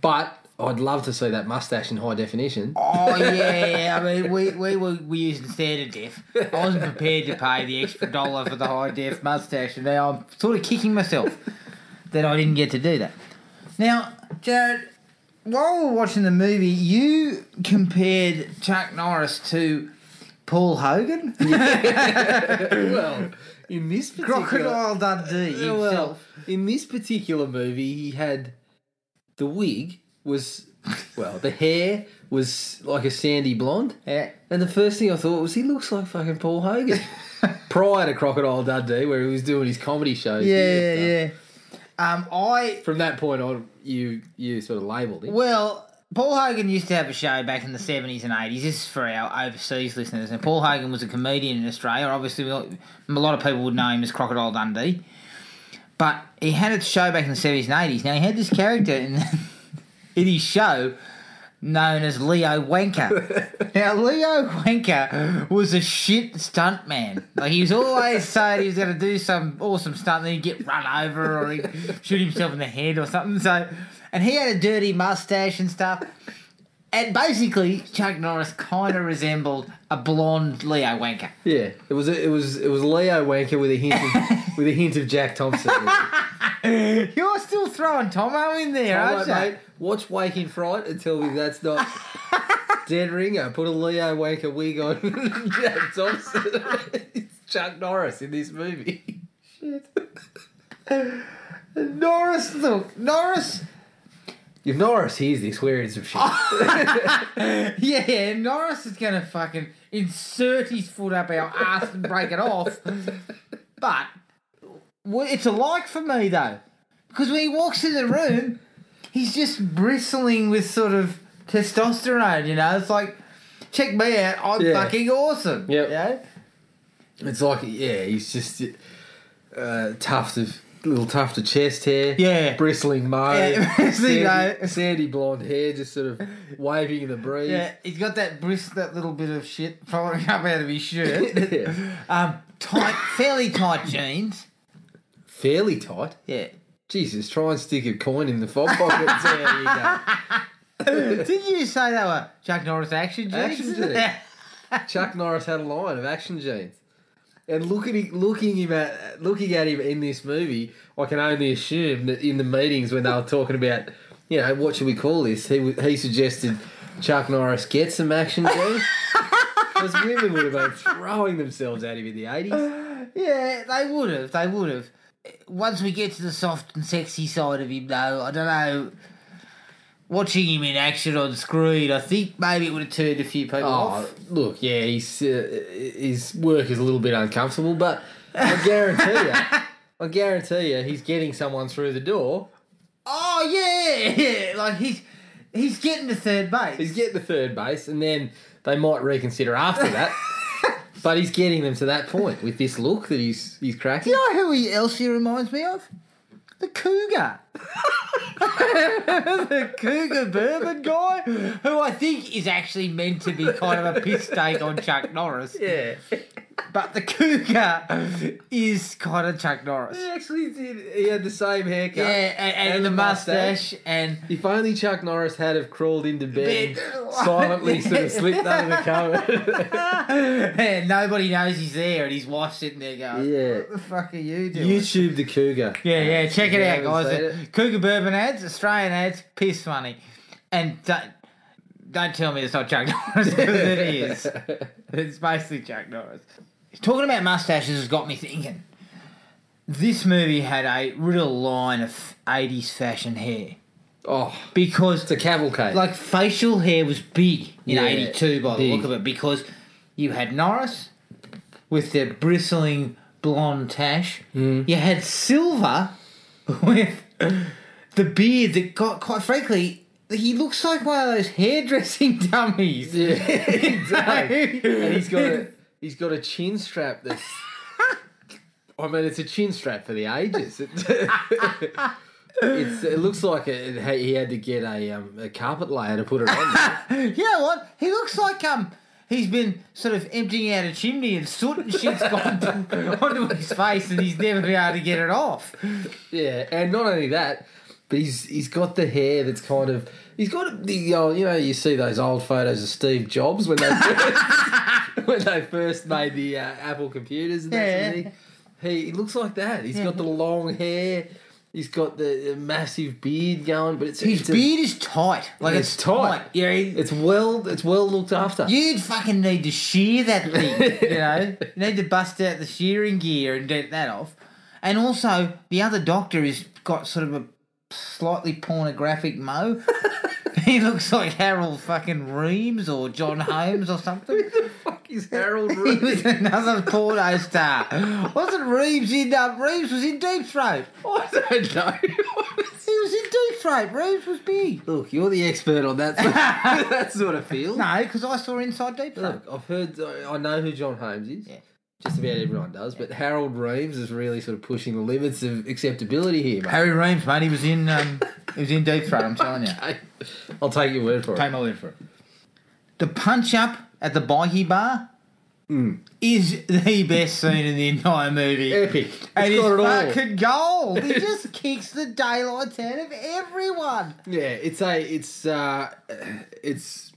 B: But I'd love to see that mustache in high definition.
A: Oh yeah, I mean we we were we using standard def. I wasn't prepared to pay the extra dollar for the high def mustache, and now I'm sort of kicking myself that I didn't get to do that. Now, Jared, while we we're watching the movie, you compared Chuck Norris to Paul Hogan,
B: well, in this
A: Crocodile Dundee
B: Yeah, well,
A: himself.
B: in this particular movie, he had the wig was well, the hair was like a sandy blonde.
A: Yeah.
B: And the first thing I thought was he looks like fucking Paul Hogan. Prior to Crocodile Dundee, where he was doing his comedy shows.
A: Yeah,
B: here
A: yeah,
B: and stuff.
A: yeah. Um, I
B: From that point on, you you sort of labelled him.
A: Well, Paul Hogan used to have a show back in the 70s and 80s. This is for our overseas listeners. And Paul Hogan was a comedian in Australia. Obviously, we all- a lot of people would know him as Crocodile Dundee. But he had a show back in the 70s and 80s. Now, he had this character in, in his show known as Leo Wanker. now, Leo Wanker was a shit stunt man. Like, he was always saying he was going to do some awesome stunt, then he'd get run over or he'd shoot himself in the head or something. So, and he had a dirty mustache and stuff. And basically, Chuck Norris kind of resembled a blonde Leo Wanker.
B: Yeah. It was it was it was Leo Wanker with a hint of, with a hint of Jack Thompson.
A: You're still throwing Tomo in there,
B: All
A: aren't
B: right,
A: you?
B: mate. Watch Wake in Fright and tell me that's not dead ringer. Put a Leo Wanker wig on Jack Thompson. it's Chuck Norris in this movie.
A: Norris, look, Norris.
B: If Norris hears this, we're in some shit.
A: Yeah, Norris is gonna fucking insert his foot up our ass and break it off. But well, it's a like for me though, because when he walks in the room, he's just bristling with sort of testosterone. You know, it's like, check me out, I'm
B: Yeah.
A: fucking awesome.
B: Yep.
A: you know?
B: it's like, yeah, he's just uh, Tuft of little tuft of chest hair.
A: Yeah.
B: Bristling mo.
A: Yeah, bristling
B: sandy,
A: mo.
B: sandy blonde hair just sort of waving in the breeze.
A: Yeah, he's got that brist, that little bit of shit following up out of his shirt.
B: Yeah.
A: um, tight, fairly tight jeans.
B: Fairly tight.
A: Yeah.
B: Jesus, try and stick a coin in the fob pocket and see how you go.
A: Did you say they were Chuck Norris action jeans?
B: Action jeans. Chuck Norris had a line of action jeans. And look at him, looking him at looking at him in this movie, I can only assume that in the meetings when they were talking about, you know, what should we call this? He w- he suggested Chuck Norris get some action jeans. Because women would have been throwing themselves at him in the eighties.
A: yeah, they would have. They would have. Once we get to the soft and sexy side of him, though, I don't know. Watching him in action on screen, I think maybe it would have turned a few people
B: Oh,
A: off.
B: look, yeah, he's, uh, his work is a little bit uncomfortable, but I guarantee you, I guarantee you, he's getting someone through the door.
A: Oh yeah, like he's he's getting to third base.
B: He's getting to third base, and then they might reconsider after that. but he's getting them to that point with this look that he's he's cracking.
A: You know who he, else he reminds me of? The cougar. the cougar bourbon guy, who I think is actually meant to be kind of a piss take on Chuck Norris.
B: Yeah,
A: But the cougar is kind of Chuck Norris.
B: he actually did. He had the same haircut.
A: Yeah, and, and, the, mustache, and
B: If only Chuck Norris had have crawled into bed,
A: Bed.
B: silently, sort of slipped under the cover.
A: and nobody knows he's there, and his wife's sitting there going,
B: yeah.
A: "What the fuck are you doing?"
B: YouTube the cougar.
A: Yeah, yeah, check
B: You
A: it out,
B: haven't
A: guys.
B: seen it?
A: Cougar bourbon ads, Australian ads, piss funny. And don't, don't tell me it's not Chuck Norris, 'cause it is. It's basically Chuck Norris. Talking about mustaches has got me thinking. This movie had a real line of 80s fashion hair.
B: Oh,
A: Because,
B: it's a cavalcade.
A: like, facial hair was big in
B: Yeah,
A: 82 by the
B: big.
A: look of it, because you had Norris with their bristling blonde tash.
B: Mm.
A: You had Silver with the beard that got quite frankly he looks like one of those hairdressing dummies.
B: yeah, he does. and he's got a he's got a chin strap that's. I mean, it's a chin strap for the ages. It, it's, it looks like it, it, he had to get a um, a carpet layer to put it on.
A: You know what? He looks like um he's been sort of emptying out a chimney and soot and shit's gone onto his face and he's never been able to get it off.
B: yeah, and not only that, but he's he's got the hair that's kind of he's got the old, you know you see those old photos of Steve Jobs when they first, when they first made the uh, Apple computers and that sort of
A: Yeah. Mm-hmm.
B: thing. He, he looks like that. He's got the long hair. He's got the uh, massive beard going, but it's
A: His
B: it's a-
A: beard is tight. Like
B: It's
A: it's,
B: tight.
A: tight. Yeah, he-
B: it's well it's well looked after.
A: You'd fucking need to shear that thing, you know. You need to bust out the shearing gear and get that off. And also, the other doctor has got sort of a slightly pornographic mo. he looks like Harold fucking Reams or John Holmes or something.
B: Fuck is Harold
A: He
B: Reed?
A: was another porno star. Wasn't Reeves in um, Reeves was in Deep Throat.
B: I don't know.
A: He was in Deep Throat. Reeves was big.
B: Look, you're the expert on that sort of, that sort of field.
A: No, because I saw Inside Deep Throat.
B: Look, I've heard, I I know who John Holmes is.
A: Yeah.
B: Just about everyone does, but Harold Reeves is really sort of pushing the limits of acceptability here, mate.
A: Harry Reams, mate, he was in um, he was in Deep Throat. I'm telling you.
B: Okay. I'll take your word for it.
A: Pay my word for it. The punch up at the bikie bar is the best scene in the entire movie.
B: Epic.
A: And
B: Hmm. It's
A: it's
B: got it all.
A: fucking gold. He just kicks the daylights out of everyone.
B: Yeah, it's a, it's, uh, it's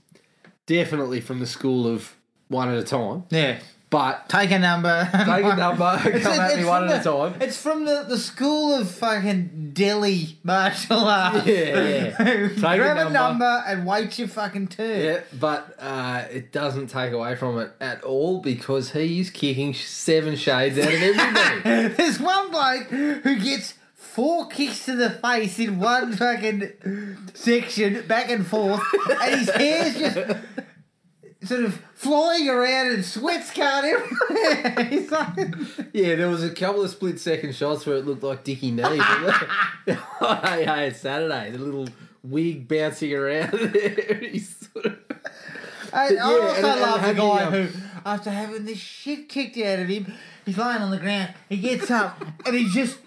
B: definitely from the school of one at a time,
A: Yeah.
B: but
A: Take a number.
B: take a number, come at me one
A: from
B: at a
A: the-
B: time.
A: It's from the, the school of fucking Delhi martial arts.
B: Yeah, yeah. Take a
A: Grab
B: number.
A: a number and wait your fucking turn.
B: Yeah, but uh, it doesn't take away from it at all because he is kicking sh- seven shades out of everybody.
A: There's one bloke who gets four kicks to the face in one fucking section, back and forth, and his hair's just sort of flying around and sweat's going everywhere. He's like,
B: yeah, there was a couple of split second shots where it looked like Dickie Knee. hey, hey, it's Saturday. The little wig bouncing around there. He's sort of.
A: I,
B: Yeah,
A: oh, I also
B: and- and
A: love the
B: having,
A: guy
B: um,
A: who, after having the shit kicked out of him, he's lying on the ground. He gets up and he just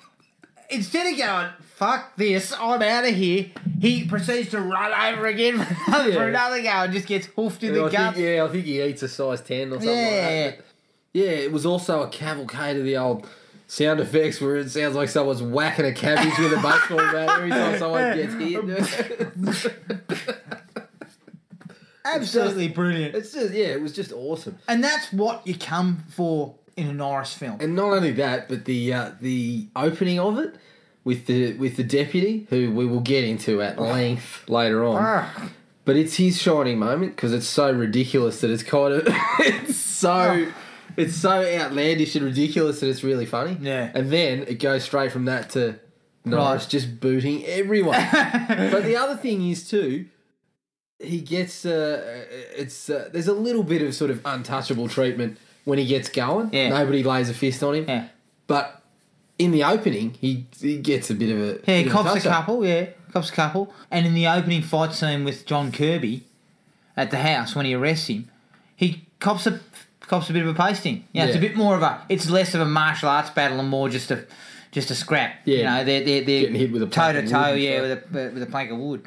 A: instead of going fuck this, I'm out of here, he proceeds to run over again for
B: Yeah.
A: another go and just gets hoofed in the
B: I think,
A: gut.
B: yeah, I think he eats a size 10 or something
A: Yeah.
B: like that. But yeah, it was also a cavalcade of the old sound effects where it sounds like someone's whacking a cabbage with a baseball bat every time someone gets hit.
A: Absolutely brilliant.
B: it's just, yeah, it was just awesome.
A: And that's what you come for in a Norris film.
B: And not only that, but the uh, the opening of it with the with the deputy, who we will get into at length later on.
A: Oh. Ah,
B: But it's his shining moment because it's so ridiculous that it's kind of it's so
A: Ah.
B: it's so outlandish and ridiculous that it's really funny.
A: Yeah.
B: And then it goes straight from that to Norris
A: Right.
B: just booting everyone. but the other thing is too, he gets uh, it's uh, there's a little bit of sort of untouchable treatment when he gets going.
A: Yeah.
B: Nobody lays a fist on him.
A: Yeah.
B: But in the opening, he he gets a bit of a
A: yeah,
B: bit of
A: cops a
B: touch-up.
A: couple, yeah, cops a couple. And in the opening fight scene with John Kirby at the house when he arrests him, he cops a cops a bit of a pasting. Yeah, it's a
B: Yeah.
A: bit more of a, it's less of a martial arts battle and more just a just a scrap. you
B: Yeah.
A: know, they're they're, they're
B: Getting hit with a
A: toe
B: plank
A: to
B: of
A: toe,
B: wood and
A: yeah, with
B: stuff.
A: a with a plank of wood,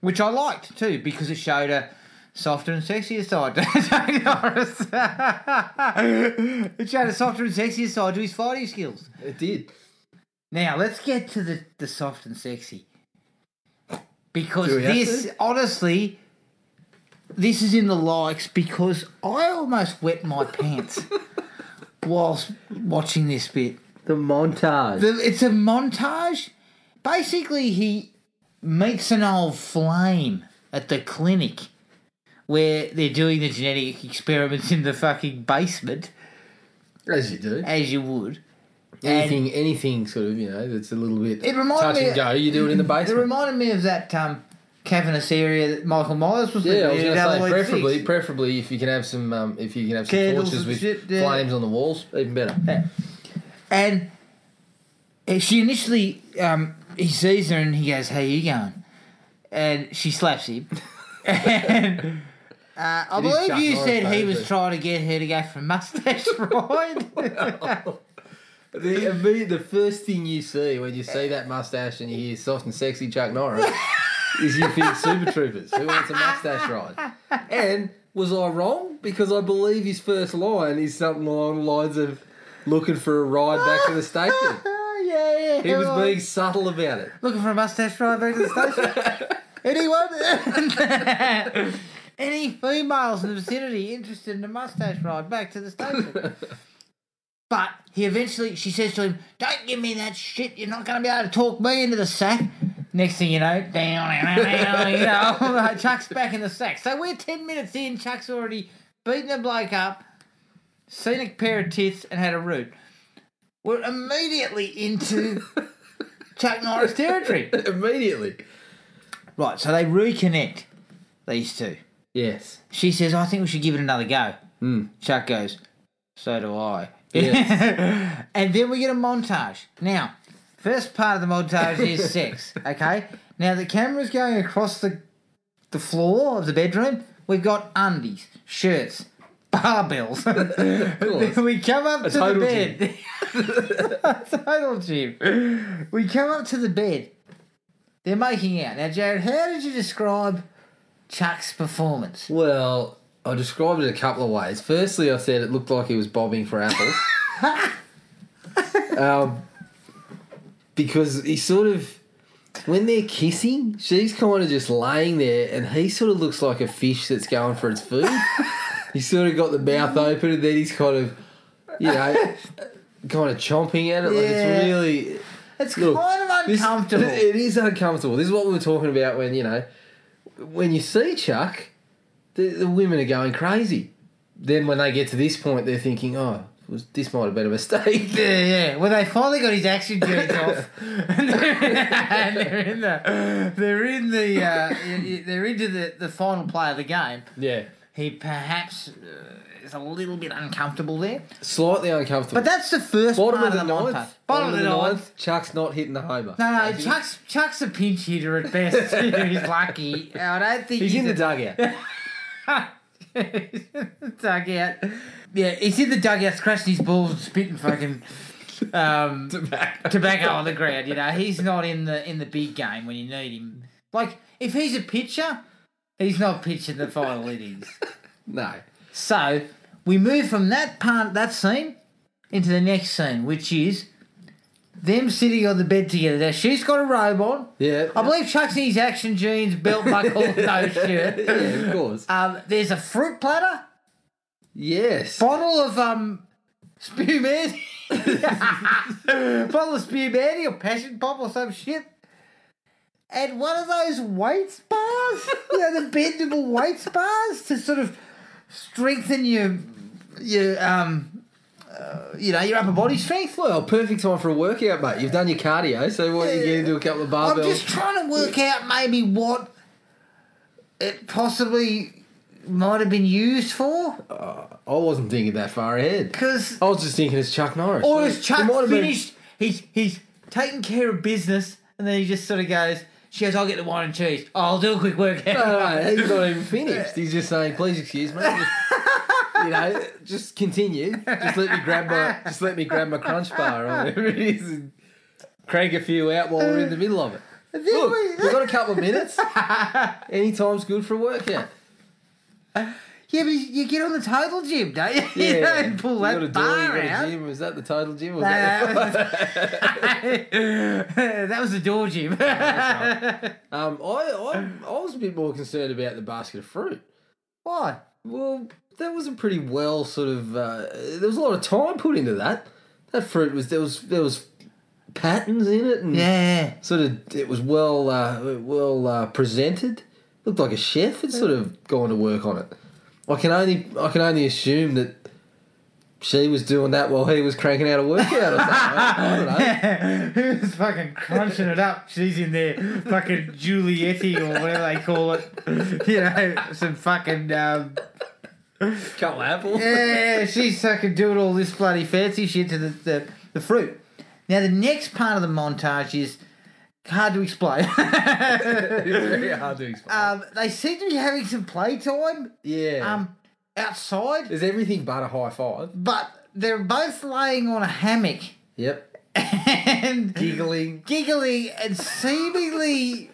A: which I liked too because it showed a. Softer and sexier side to Tony Norris. it showed a softer and sexier side to his fighting skills.
B: It did.
A: Now let's get to the, the soft and sexy. Because
B: Do we have
A: this honestly this is in the likes because I almost wet my pants whilst watching this bit.
B: The montage.
A: The- it's a montage. Basically he meets an old flame at the clinic where they're doing the genetic experiments in the fucking basement,
B: As you do.
A: as you would.
B: Anything, anything sort of, you know, that's a little bit
A: It reminded
B: touch
A: me-
B: and go. You do it in the
A: It
B: basement.
A: reminded me of that um, cavernous area that Michael Myers was
B: yeah, I
A: living
B: was
A: in.
B: going
A: at
B: to say
A: Halloween
B: preferably,
A: Six.
B: preferably if you can have some, um, if you can have some
A: Candles
B: torches
A: and
B: with
A: shit, yeah.
B: flames on the walls, even better.
A: And uh, she initially, um, he sees her and he goes, "How you going?" And she slaps him. and uh, I
B: It is
A: believe
B: Chuck
A: you
B: Norris,
A: said he
B: though,
A: was
B: isn't it?
A: trying to get her to go for a mustache ride.
B: The, imme- the first thing you see when you see that mustache and you hear soft and sexy Chuck Norris is you think Super Troopers. Who wants a mustache ride? And was I wrong? Because I believe his first line is something along the lines of looking for a ride back to the station.
A: Oh, yeah, yeah.
B: He was
A: right.
B: being subtle about it.
A: Looking for a mustache ride back to the station. Anyone? Any females in the vicinity interested in a mustache ride back to the station? But he eventually, she says to him, "Don't give me that shit. You're not going to be able to talk me into the sack." Next thing you know, down, down, you know, Chuck's back in the sack. So we're ten minutes in. Chuck's already beaten a bloke up, seen a pair of tits, and had a root. We're immediately into Chuck Norris territory.
B: Immediately.
A: Right, so they reconnect these two.
B: Yes.
A: She says, "Oh, I think we should give it another go.
B: Hmm.
A: Chuck goes, So do I. and then we get a montage. Now, first part of the montage is sex, okay? Now, the camera's going across the, the floor of the bedroom. We've got undies, shirts, barbells.
B: course.
A: we come up to the
B: total
A: bed. total gym. We come up to the bed. They're making out. Now, Jared, how did you describe Chuck's performance?
B: Well, I described it a couple of ways. Firstly, I said it looked like he was bobbing for apples. um, because he sort of, when they're kissing, she's kind of just laying there, and he sort of looks like a fish that's going for its food. he's sort of got the mouth open, and then he's kind of, you know, kind of chomping at it. Like
A: Yeah.
B: it's really.
A: It's
B: Look,
A: kind of
B: this-
A: uncomfortable.
B: it is uncomfortable. This is what we were talking about when you know, when you see Chuck, the, the women are going crazy. Then when they get to this point, they're thinking, "Oh, was, this might have been a mistake."
A: yeah, yeah. Well, they finally got his action jerks off, and they're, and they're in the, they're in the, uh, y- y- they're into the, the final play of the game.
B: yeah,
A: He perhaps uh, is a little bit uncomfortable there,
B: slightly uncomfortable.
A: but that's the first
B: bottom
A: part
B: of the,
A: montage.
B: ninth.
A: Bottom, of the ninth.
B: Chuck's not hitting the homer.
A: No, no,
B: He's-
A: Chuck's Chuck's a pinch hitter at best. he's lucky. I don't think
B: He's in the
A: a-
B: dugout.
A: dugout. Yeah, he's in the dugout, scratching his balls and spitting fucking um,
B: Tobacco.
A: tobacco on the ground. You know, he's not in the in the big game when you need him. Like if he's a pitcher, he's not pitching the final innings.
B: No.
A: So we move from that part, that scene, into the next scene, which is them sitting on the bed together. Now she's got a robe on.
B: Yeah.
A: I believe Chuck's in his action jeans, belt buckle, no
B: Yeah,
A: shirt.
B: of course.
A: Um, there's a fruit platter,
B: yes.
A: bottle of um, spew man, bottle of spew man or passion pop or some shit, and one of those weights bars, you know, the bendable weights bars to sort of strengthen your your um, uh, you know, your upper body strength.
B: Well, perfect time for a workout, mate. You've done your cardio, so why don't you get into a couple of
A: I'm
B: barbells?
A: just trying to work out maybe what it possibly might have been used for.
B: I wasn't thinking that far ahead.
A: Because
B: I was just thinking it's Chuck Norris.
A: Or
B: It-
A: is
B: it
A: Oh, Chuck
B: might have been-
A: finished? He's he's taking care of business, and then he just sort of goes. She goes, "I'll get the wine and cheese. Oh, I'll do a quick workout."
B: No, no, no, he's not even finished. He's just saying, "Please excuse me." Just, you know, just continue. Just let me grab my, just let me grab my crunch bar or whatever it is, and crank a few out while we're in the middle of it. Look,
A: we-
B: we've got a couple of minutes. Any time's good for a workout.
A: yeah, but you get on the total gym, don't you?
B: Yeah,
A: you don't pull
B: You got a
A: that
B: door,
A: bar
B: you got a
A: out.
B: Gym. Was that the title gym? Was that the-
A: that was the door gym.
B: um, I, I, I was a bit more concerned about the basket of fruit.
A: Why?
B: Well, that was a pretty well sort of. Uh, there was a lot of time put into that. That fruit was there was there was patterns in it and
A: Yeah.
B: sort of it was well uh, well uh, presented. Looked like a chef had sort of gone to work on it. I can only I can only assume that she was doing that while he was cranking out a workout or something. I don't know.
A: Who's fucking crunching it up? She's in there, fucking Julietti or whatever they call it. You know, some fucking um,
B: Couple apples.
A: yeah, she's fucking doing all this bloody fancy shit to the, the, the fruit. Now, the next part of the montage is hard to explain.
B: It's very hard to explain.
A: um, they seem to be having some playtime
B: yeah.
A: um, outside,
B: There's everything but a high five.
A: but they're both laying on a hammock
B: Yep.
A: and
B: Giggling.
A: giggling and seemingly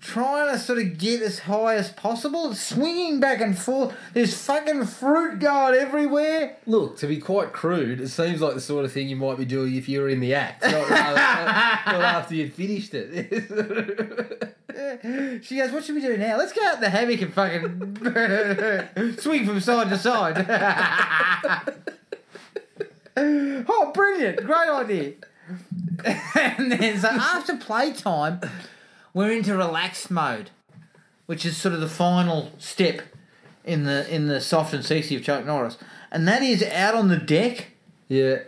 A: trying to sort of get as high as possible, swinging back and forth. There's fucking fruit going everywhere.
B: Look, to be quite crude, it seems like the sort of thing you might be doing if you were in the act, not, after, not after you'd finished it.
A: She goes, "What should we do now? Let's go out in the hammock and fucking swing from side to side." oh, brilliant! Great idea. and then, so after playtime, we're into relaxed mode, which is sort of the final step in the in the soft and sexy of Chuck Norris, and that is out on the deck.
B: yeah.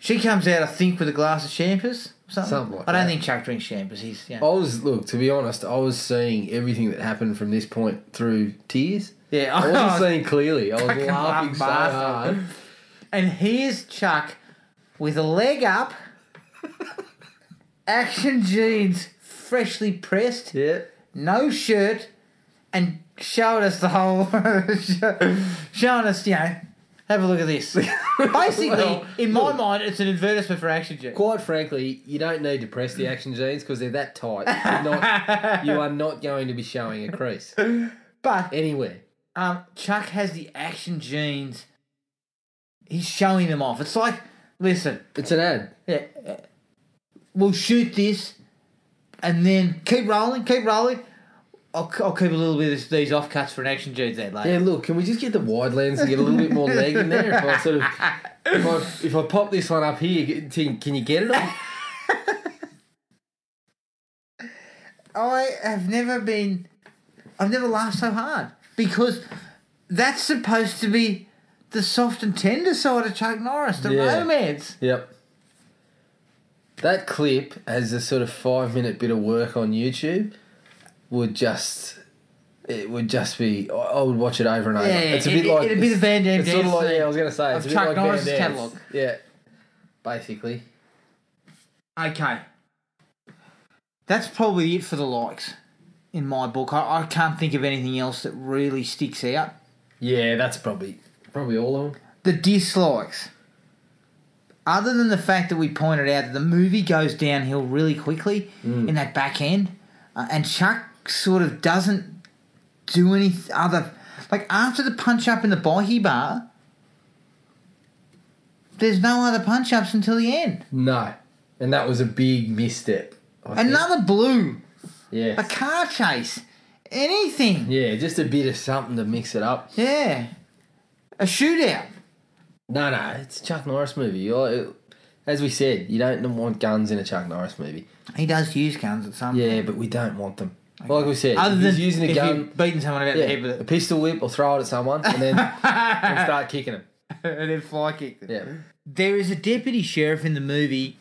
A: She comes out, I think, with a glass of champers. Something.
B: Something like
A: I don't
B: that. Oh,
A: think Chuck drinks champers. He's yeah.
B: I was look, to be honest, I was seeing everything that happened from this point through tears.
A: yeah.
B: I wasn't seeing clearly. I was
A: Fucking
B: laughing so
A: laugh
B: hard.
A: bastard. And here's Chuck with a leg up, action jeans freshly pressed,
B: Yeah.
A: no shirt, and showing us the whole, showing us, you know, have a look at this. Basically,
B: Well,
A: in my mind, it's an advertisement for action jeans.
B: Quite frankly, you don't need to press the action jeans because they're that tight. You're not- you are not going to be showing a crease
A: But
B: anywhere.
A: um, Chuck has the action jeans. He's showing them off. It's like, listen,
B: It's an ad.
A: Yeah. uh, We'll shoot this and then keep rolling, keep rolling. I'll, I'll keep a little bit of this, these offcuts for an action dude there later.
B: Yeah, Um, look, can we just get the wide lens and get a little bit more leg in there? If I sort of, if I, if I pop this one up here, get- can can you get it? All?
A: I have never been. I've never laughed so hard because that's supposed to be the soft and tender side of Chuck Norris, the
B: Yeah.
A: romance.
B: Yep. That clip as a sort of five minute bit of work on YouTube would just. It would just be. I I would watch it over and over.
A: Yeah,
B: it's a
A: it-
B: bit
A: it-
B: like
A: it'd be the Van Damme
B: It's sort of
A: dance
B: like yeah,
A: thing
B: I was gonna say
A: of
B: it's a bit
A: Chuck
B: like Van
A: Norris's
B: Damme's.
A: catalogue.
B: Yeah, basically.
A: Okay. That's probably it for the likes in my book. I, I can't think of anything else that really sticks out.
B: Yeah, that's probably probably all of them.
A: The dislikes. other than the fact that we pointed out that the movie goes downhill really quickly
B: Mm.
A: in that back end, uh, and Chuck sort of doesn't do any other. Like, after the punch up in the Bohi bar, there's no other punch ups until the end.
B: No, and that was a big misstep. I think.
A: Another blue,
B: yes.
A: a car chase, anything.
B: Yeah, just a bit of something to mix it up.
A: Yeah. A shootout.
B: No, no, it's a Chuck Norris movie. You're, as we said, you don't want guns in a Chuck Norris movie.
A: He does use guns at some
B: Yeah, but we don't want them. Like we said,
A: Other
B: if
A: than
B: he's using a
A: if you're
B: gun,
A: beating someone about
B: yeah,
A: the head with
B: a
A: it,
B: pistol whip or throw it at someone and then and start kicking him.
A: and then fly kick them.
B: Yeah,
A: There is a deputy sheriff in the movie.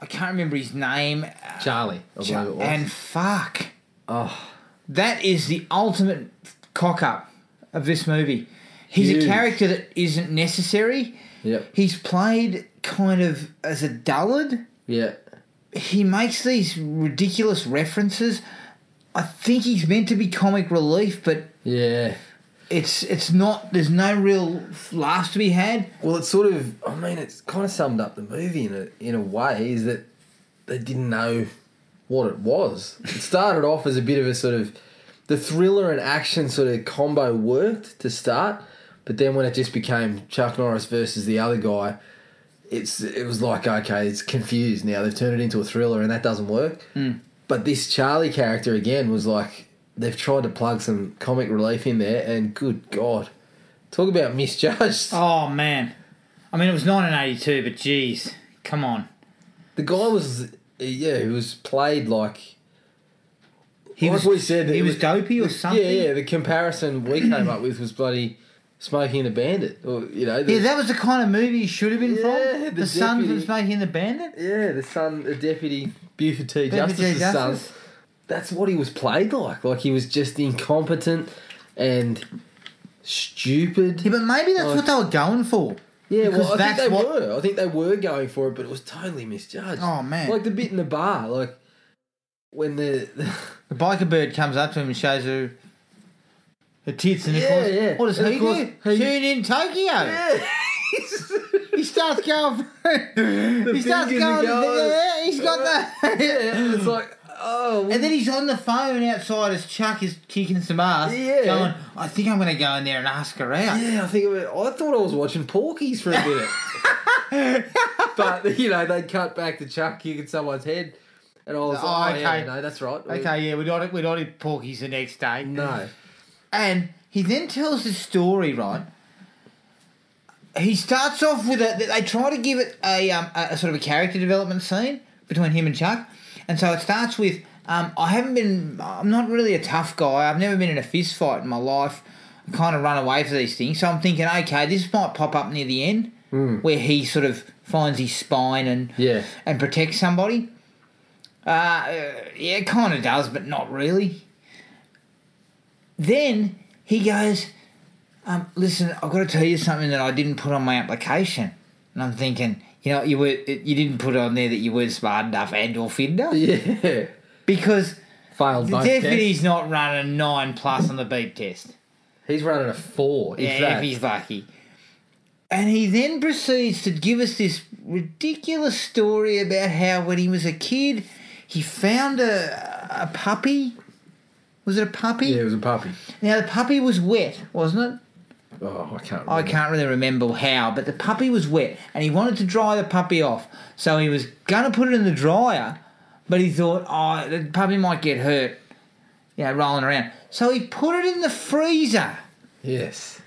A: I can't remember his name.
B: Charlie. I believe it was.
A: And fuck,
B: oh,
A: that is the ultimate cock up of this movie. He's
B: Huge.
A: a character that isn't necessary.
B: yep,
A: He's played kind of as a dullard.
B: yeah.
A: he makes these ridiculous references. I think he's meant to be comic relief, but
B: Yeah.
A: it's it's not. There's no real laughs to be had.
B: Well, it's sort of. I mean, it's kind of summed up the movie in a in a way is that they didn't know what it was. It started off as a bit of a sort of the thriller and action sort of combo worked to start, but then when it just became Chuck Norris versus the other guy, it's it was like okay, it's confused now. They've turned it into a thriller, and that doesn't work. But this Charlie character again was like they've tried to plug some comic relief in there, and good god, talk about misjudged.
A: Oh man, I mean it was 1982, but geez, come on.
B: The guy was, yeah, he was played like.
A: He
B: like
A: was
B: we said,
A: he
B: it
A: was dopey or
B: the-
A: something.
B: Yeah, yeah. The comparison we came up with was bloody Smoking the Bandit, or you know, the,
A: Yeah, that was the kind of movie he should have been
B: Yeah,
A: from.
B: the
A: The, son
B: deputy.
A: was making the bandit.
B: yeah, the son, the deputy Buford T.
A: Buford T.
B: Justice's son.
A: Justice.
B: That's what he was played like. Like he was just incompetent and stupid.
A: Yeah, but maybe that's
B: Oh.
A: what they were going for.
B: Yeah,
A: Because
B: well, I think
A: that's
B: they
A: what-
B: were. I think they were going for it, but it was totally misjudged.
A: Oh, man.
B: Like the bit in the bar, like when the
A: The biker bird comes up to him and shows her her tits, and
B: Yeah,
A: of course,
B: yeah.
A: what does
B: And of
A: he
B: course,
A: do?
B: he-
A: Tune in Tokyo. He starts going. he starts
B: fingers
A: going.
B: are going.
A: Yeah, he's got
B: Yeah,
A: the.
B: it's like, oh. well,
A: and then he's on the phone outside as Chuck is kicking some ass.
B: Yeah.
A: Going, I think I'm going to go in there and ask her out.
B: yeah, I think of it, I thought I was watching Porky's for a minute. but, you know, they cut back to Chuck kicking someone's head. And I was
A: Oh,
B: like, oh, yeah,
A: okay.
B: no, that's right.
A: Okay, yeah, we're not we're not in Porky's the next day.
B: No.
A: And he then tells his story, right? He starts off with a. They try to give it a, um, a, a sort of a character development scene between him and Chuck. And so it starts with um, I haven't been. I'm not really a tough guy. I've never been in a fist fight in my life. I kind of run away from these things. So I'm thinking, okay, this might pop up near the end where he sort of finds his spine and
B: Yeah.
A: and protects somebody. Uh, uh, yeah, it kind of does, but not really. Then he goes, um, "Listen, I've got to tell you something that I didn't put on my application." And I'm thinking, you know, you were you didn't put on there that you weren't smart enough and/or fit enough
B: Yeah.
A: because
B: Failed
A: the
B: both
A: deputy's
B: tests.
A: not running nine plus on the beep test.
B: He's running a four. If
A: Yeah, if
B: that.
A: he's lucky. And he then proceeds to give us this ridiculous story about how when he was a kid, he found a, a puppy. Was it a puppy?
B: yeah, it was a puppy.
A: Now, the puppy was wet, wasn't it?
B: Oh, I can't remember.
A: I can't really remember how, but the puppy was wet and he wanted to dry the puppy off. So he was going to put it in the dryer, but he thought, oh, the puppy might get hurt, you know, rolling around. So he put it in the freezer.
B: Yes.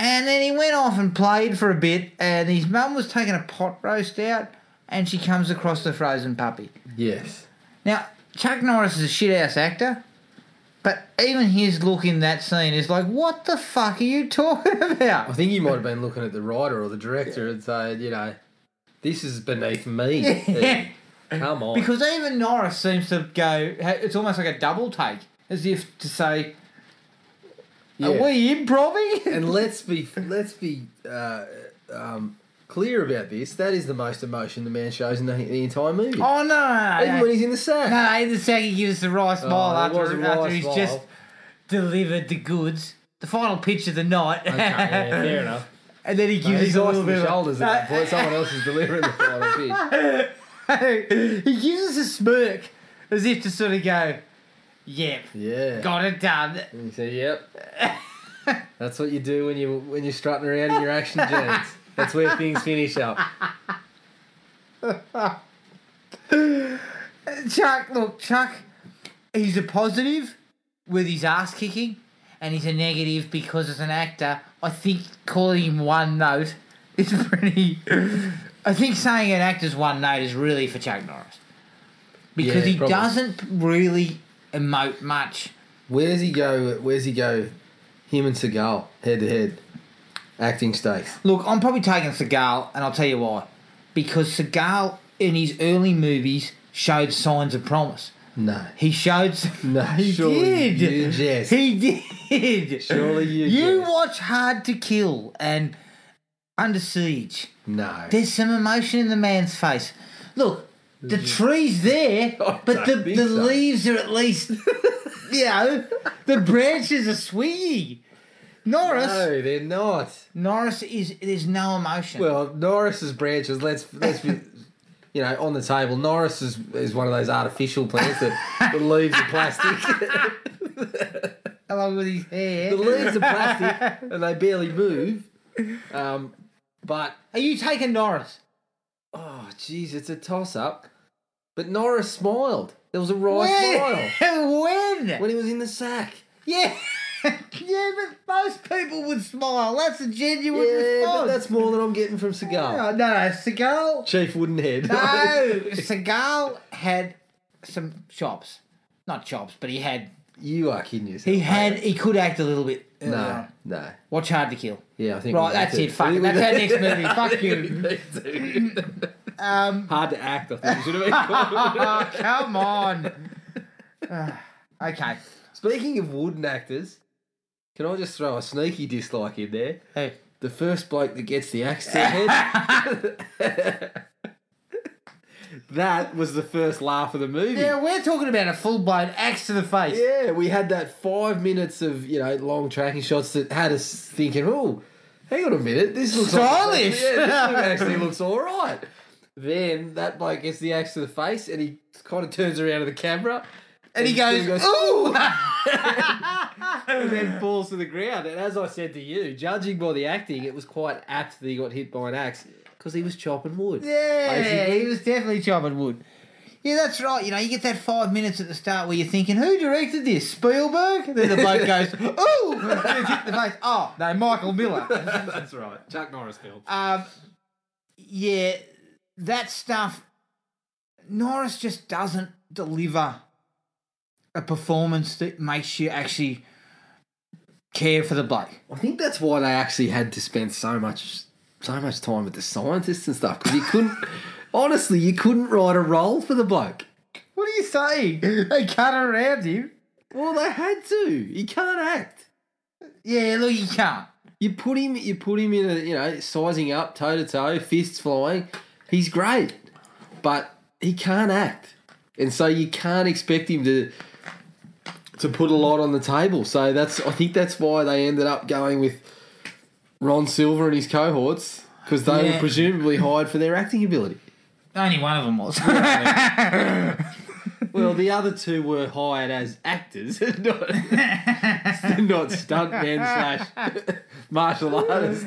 A: And then he went off and played for a bit, and his mum was taking a pot roast out, and she comes across the frozen puppy.
B: Yes.
A: Now, Chuck Norris is a shithouse actor, but even his look in that scene is like, what the fuck are you talking
B: I
A: about?
B: think you might have been looking at the writer or the director and saying, you know, this is beneath me. Come on.
A: Because even Norris seems to go, it's almost like a double take, as if to say,
B: Yeah.
A: are we improving?
B: and let's be let's be uh, um, clear about this. That is the most emotion the man shows in the, the entire movie.
A: oh, no, no,
B: Even
A: no, no.
B: when he's in the sack.
A: No, no, in the second he gives the rice
B: Oh,
A: smile
B: there was a
A: after,
B: wry
A: after he's
B: smile.
A: just delivered the goods. The final pitch of the night.
B: Okay, yeah, fair enough.
A: and then he gives
B: He's
A: us a little
B: icing
A: bit
B: the
A: of a-
B: shoulders at that point. Someone else is delivering the final pitch.
A: he gives us a smirk as if to sort of go, "Yep,
B: Yeah.
A: got it done."
B: And you say, "Yep." That's what you do when you when you're strutting around in your action jeans. That's where things finish up.
A: Chuck, look, Chuck, he's a positive with his ass kicking, and he's a negative because as an actor, I think calling him one note is pretty. I think saying an actor's one note is really for Chuck Norris because
B: Yeah,
A: he
B: probably.
A: doesn't really emote much.
B: Where's he go? Where's he go? Him and Seagal head to head, acting stakes.
A: Look, I'm probably taking Seagal, and I'll tell you why. Because Seagal, in his early movies, showed signs of promise.
B: No.
A: He showed. s-
B: No,
A: he
B: surely
A: did.
B: you jest.
A: He did.
B: Surely you
A: You
B: jest.
A: watch Hard to Kill and Under Siege.
B: No.
A: There's some emotion in the man's face. Look, the tree's there,
B: I
A: but the,
B: Oh, don't
A: the
B: think so.
A: leaves are at least, you know, the branches are swinging. Norris,
B: No, they're not.
A: Norris is there's no emotion.
B: Well, Norris's branches. Let's let's be, you know, on the table. Norris is, is one of those artificial plants that the leaves are plastic.
A: along with his hair.
B: the leaves are plastic and they barely move. Um, but
A: Are you taking Norris?
B: oh, jeez, it's a toss up. But Norris smiled. There was a wry
A: When?
B: Oh, smile
A: when?
B: when he was in the sack.
A: Yeah. yeah, but most people would smile. That's a genuine
B: Yeah, but
A: response.
B: that's more than I'm getting from
A: no,
B: Cigar.
A: no, no, Seagal.
B: Chief Woodenhead.
A: No, Seagal had some chops. Not chops, but he had.
B: you are kidding yourself.
A: He
B: mate.
A: had. He could act a little bit. earlier
B: No,
A: on.
B: no.
A: Watch Hard to Kill.
B: Yeah, I think.
A: Right,
B: we
A: that's
B: need
A: it.
B: to-
A: Fuck it.
B: we
A: That's our
B: need-
A: next movie. Fuck you.
B: we need to.
A: Um,
B: Hard to act. I think should have been called.
A: oh, come on. Ah, okay.
B: Speaking of wooden actors, can I just throw a sneaky dislike in there?
A: Hey.
B: The first bloke that gets the axe to the head. that was the first laugh of the movie.
A: Yeah, we're talking about a full blown axe to the face.
B: Yeah, we had that five minutes of you know long tracking shots that had us thinking, "Oh, hang on a minute, this looks
A: Stylish."
B: yeah, this look- actually looks all right." Then that bloke gets the axe to the face, and he kind of turns around to the camera,
A: And he goes, ooh!
B: and then falls to the ground. And as I said to you, judging by the acting, it was quite apt that he got hit by an axe because he was chopping wood.
A: Yeah,
B: Basically.
A: he was definitely chopping wood. Yeah, that's right. You know, you get that five minutes at the start where you're thinking, who directed this? Spielberg? Then the bloke goes, ooh! And it's hit the face. Oh, no, Michael Miller.
B: That's right, Chuck Norris film.
A: Um, yeah, that stuff, Norris just doesn't deliver a performance that makes you actually care for the bloke.
B: I think that's why they actually had to spend so much so much time with the scientists and stuff because you couldn't honestly you couldn't write a role for the bloke.
A: What are you saying? They cut around him.
B: Well, they had to. He can't act.
A: Yeah, look, you can't.
B: You put him you put him in a you know sizing up toe to toe, fists flying. He's great, but he can't act, and so you can't expect him to to put a lot on the table. So that's I think that's why they ended up going with Ron Silver and his cohorts because they
A: Yeah.
B: were presumably hired for their acting ability.
A: Only one of them was.
B: Well, the other two were hired as actors, not, not stuntmen slash martial artists.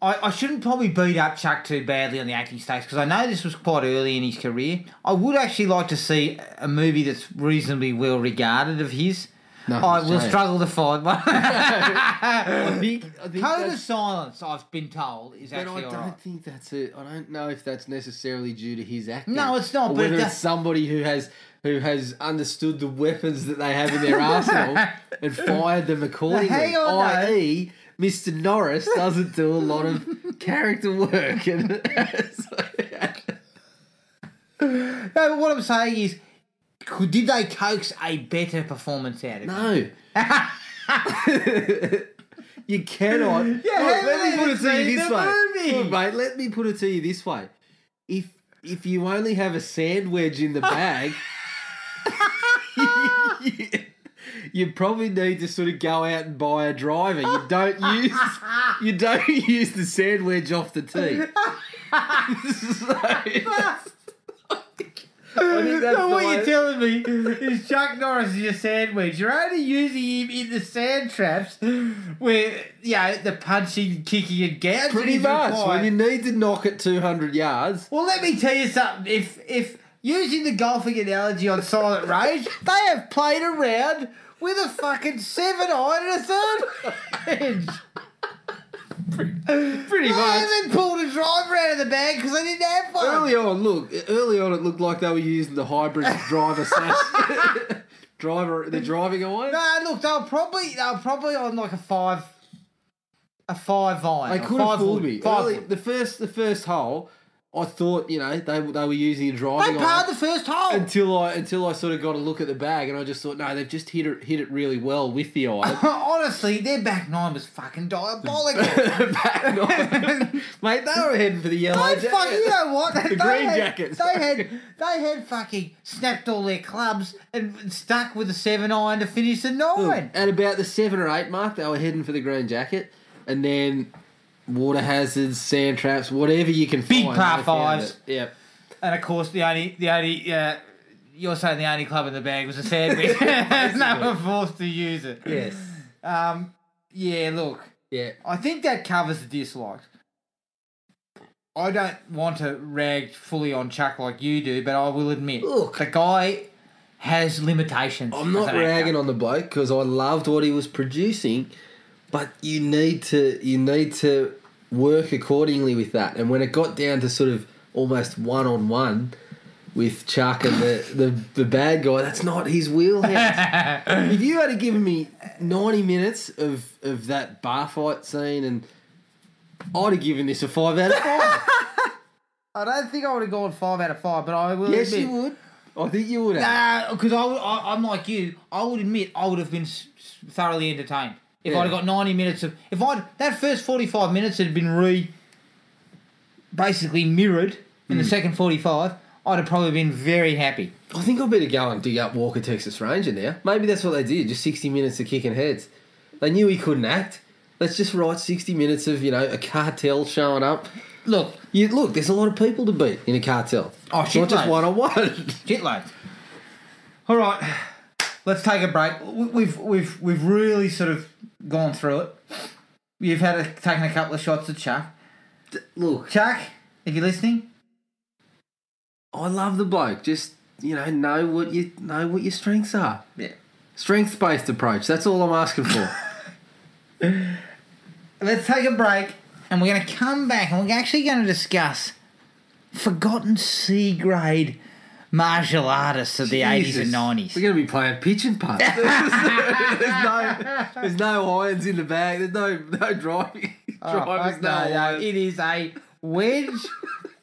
A: I, I shouldn't probably beat up Chuck too badly on the acting stakes because I know this was quite early in his career. I would actually like to see a movie that's reasonably well regarded of his.
B: Nothing
A: I
B: to
A: will
B: say.
A: struggle to find one.
B: I think, I think
A: Code of
B: that's-
A: Silence, I've been told, is
B: but I
A: actually
B: don't
A: alright.
B: think that's it. I don't know if that's necessarily due to his acting.
A: No, it's not,
B: Or
A: but
B: whether
A: it
B: it's
A: does-
B: somebody who has who has understood the weapons that they have in their arsenal and fired them accordingly.
A: hang on, though.
B: i.e., Mr. Norris doesn't do a lot of character work. And so-
A: No, but what I'm saying is, could, did they coax a better performance out of him?
B: No. you cannot.
A: hey,
B: let me put it
A: it's
B: to you
A: in
B: this
A: the
B: way.
A: movie.
B: Look, mate, let me put it to you this way. If if you only have a sand wedge in the bag, you probably need to sort of go out and buy a driver. You don't use you don't use the sand wedge off the tee. So- I think that's
A: so
B: the
A: what
B: way-
A: you're telling me is Chuck Norris is a sandwich. You're only using him in the sand traps where, you know, the punching, kicking and gouging
B: pretty
A: is
B: much
A: required.
B: when you need to knock it two hundred yards.
A: Well, let me tell you something. If if using the golfing analogy on Silent Rage, they have played around with a fucking seven iron and a third range.
B: Pretty
A: They
B: much.
A: haven't pulled a driver out of the bag because they didn't have one.
B: Early on, look. Early on, it looked like they were using the hybrid driver slash driver. They're driving away.
A: No, look, they were probably they were probably on like a five, a five iron.
B: They
A: or
B: could
A: five
B: have fooled
A: wood,
B: me.
A: Five
B: Early-
A: wood.
B: the first, the first hole, I thought you know they they were using a
A: They
B: driving.
A: parred
B: iron
A: the first hole.
B: until I until I sort of got a look at the bag and I just thought no, they've just hit it hit it really well with the eye.
A: Honestly, their back nine was fucking diabolical.
B: Back on. Mate, they were heading for the yellow.
A: They
B: jacket.
A: fuck, you know what? The they
B: green
A: had,
B: jackets.
A: They had they had fucking snapped all their clubs and stuck with a seven iron to finish the nine.
B: At about the seven or eight mark, they were heading for the green jacket, and then water hazards, sand traps, whatever you can
A: Big
B: find.
A: par
B: they found
A: fives.
B: it. Yep.
A: And of course, the only the only uh, you're saying the only club in the bag was a sandwich. they were forced to use it.
B: Yes.
A: Um. Yeah. Look,
B: Yeah.
A: I think that covers the dislikes. I don't want to rag fully on Chuck like you do, but I will admit,
B: Look.
A: the guy has limitations.
B: I'm not ragging on the bloke because I loved what he was producing, but you need to you need to work accordingly with that. And when it got down to sort of almost one on one with Chuck and the, the the bad guy, that's not his wheelhouse. if you had given me 90 minutes of of that bar fight scene, and I'd have given this a five out of five.
A: I don't think I would have gone five out of five, but I will.
B: yes,
A: admit,
B: you would. I think you would have.
A: Because I, would- I, I'm like you. I would admit I would have been s- s- thoroughly entertained if
B: Yeah.
A: I'd have got 90 minutes of. If I'd that first 45 minutes had been re, basically mirrored in
B: Mm.
A: the second 45, I'd have probably been very happy.
B: I think I better go and dig up Walker Texas Ranger now. Maybe that's what they did, just 60 minutes of kicking heads. They knew he couldn't act. Let's just write 60 minutes of, you know, a cartel showing up.
A: Look,
B: You Look, there's a lot of people to beat in a cartel.
A: Oh,
B: It's
A: shit,
B: Not just
A: mate.
B: one on one.
A: shitloads. All right, let's take a break. We- We've we've we've really sort of gone through it. You've had a, taken a couple of shots at Chuck.
B: Look,
A: Chuck, if you're listening,
B: I love the bloke. Just, you know, know what, you, know what your strengths are.
A: yeah.
B: Strength based approach. That's all I'm asking for.
A: Let's take a break and we're going to come back and we're actually going to discuss forgotten C grade martial artists of the 80s
B: Jesus.
A: and 90s.
B: We're going to be playing pitch and putt. there's, no, there's no irons in the bag. There's no no driving.
A: Oh,
B: drivers,
A: fuck no, no,
B: irons.
A: it is a wedge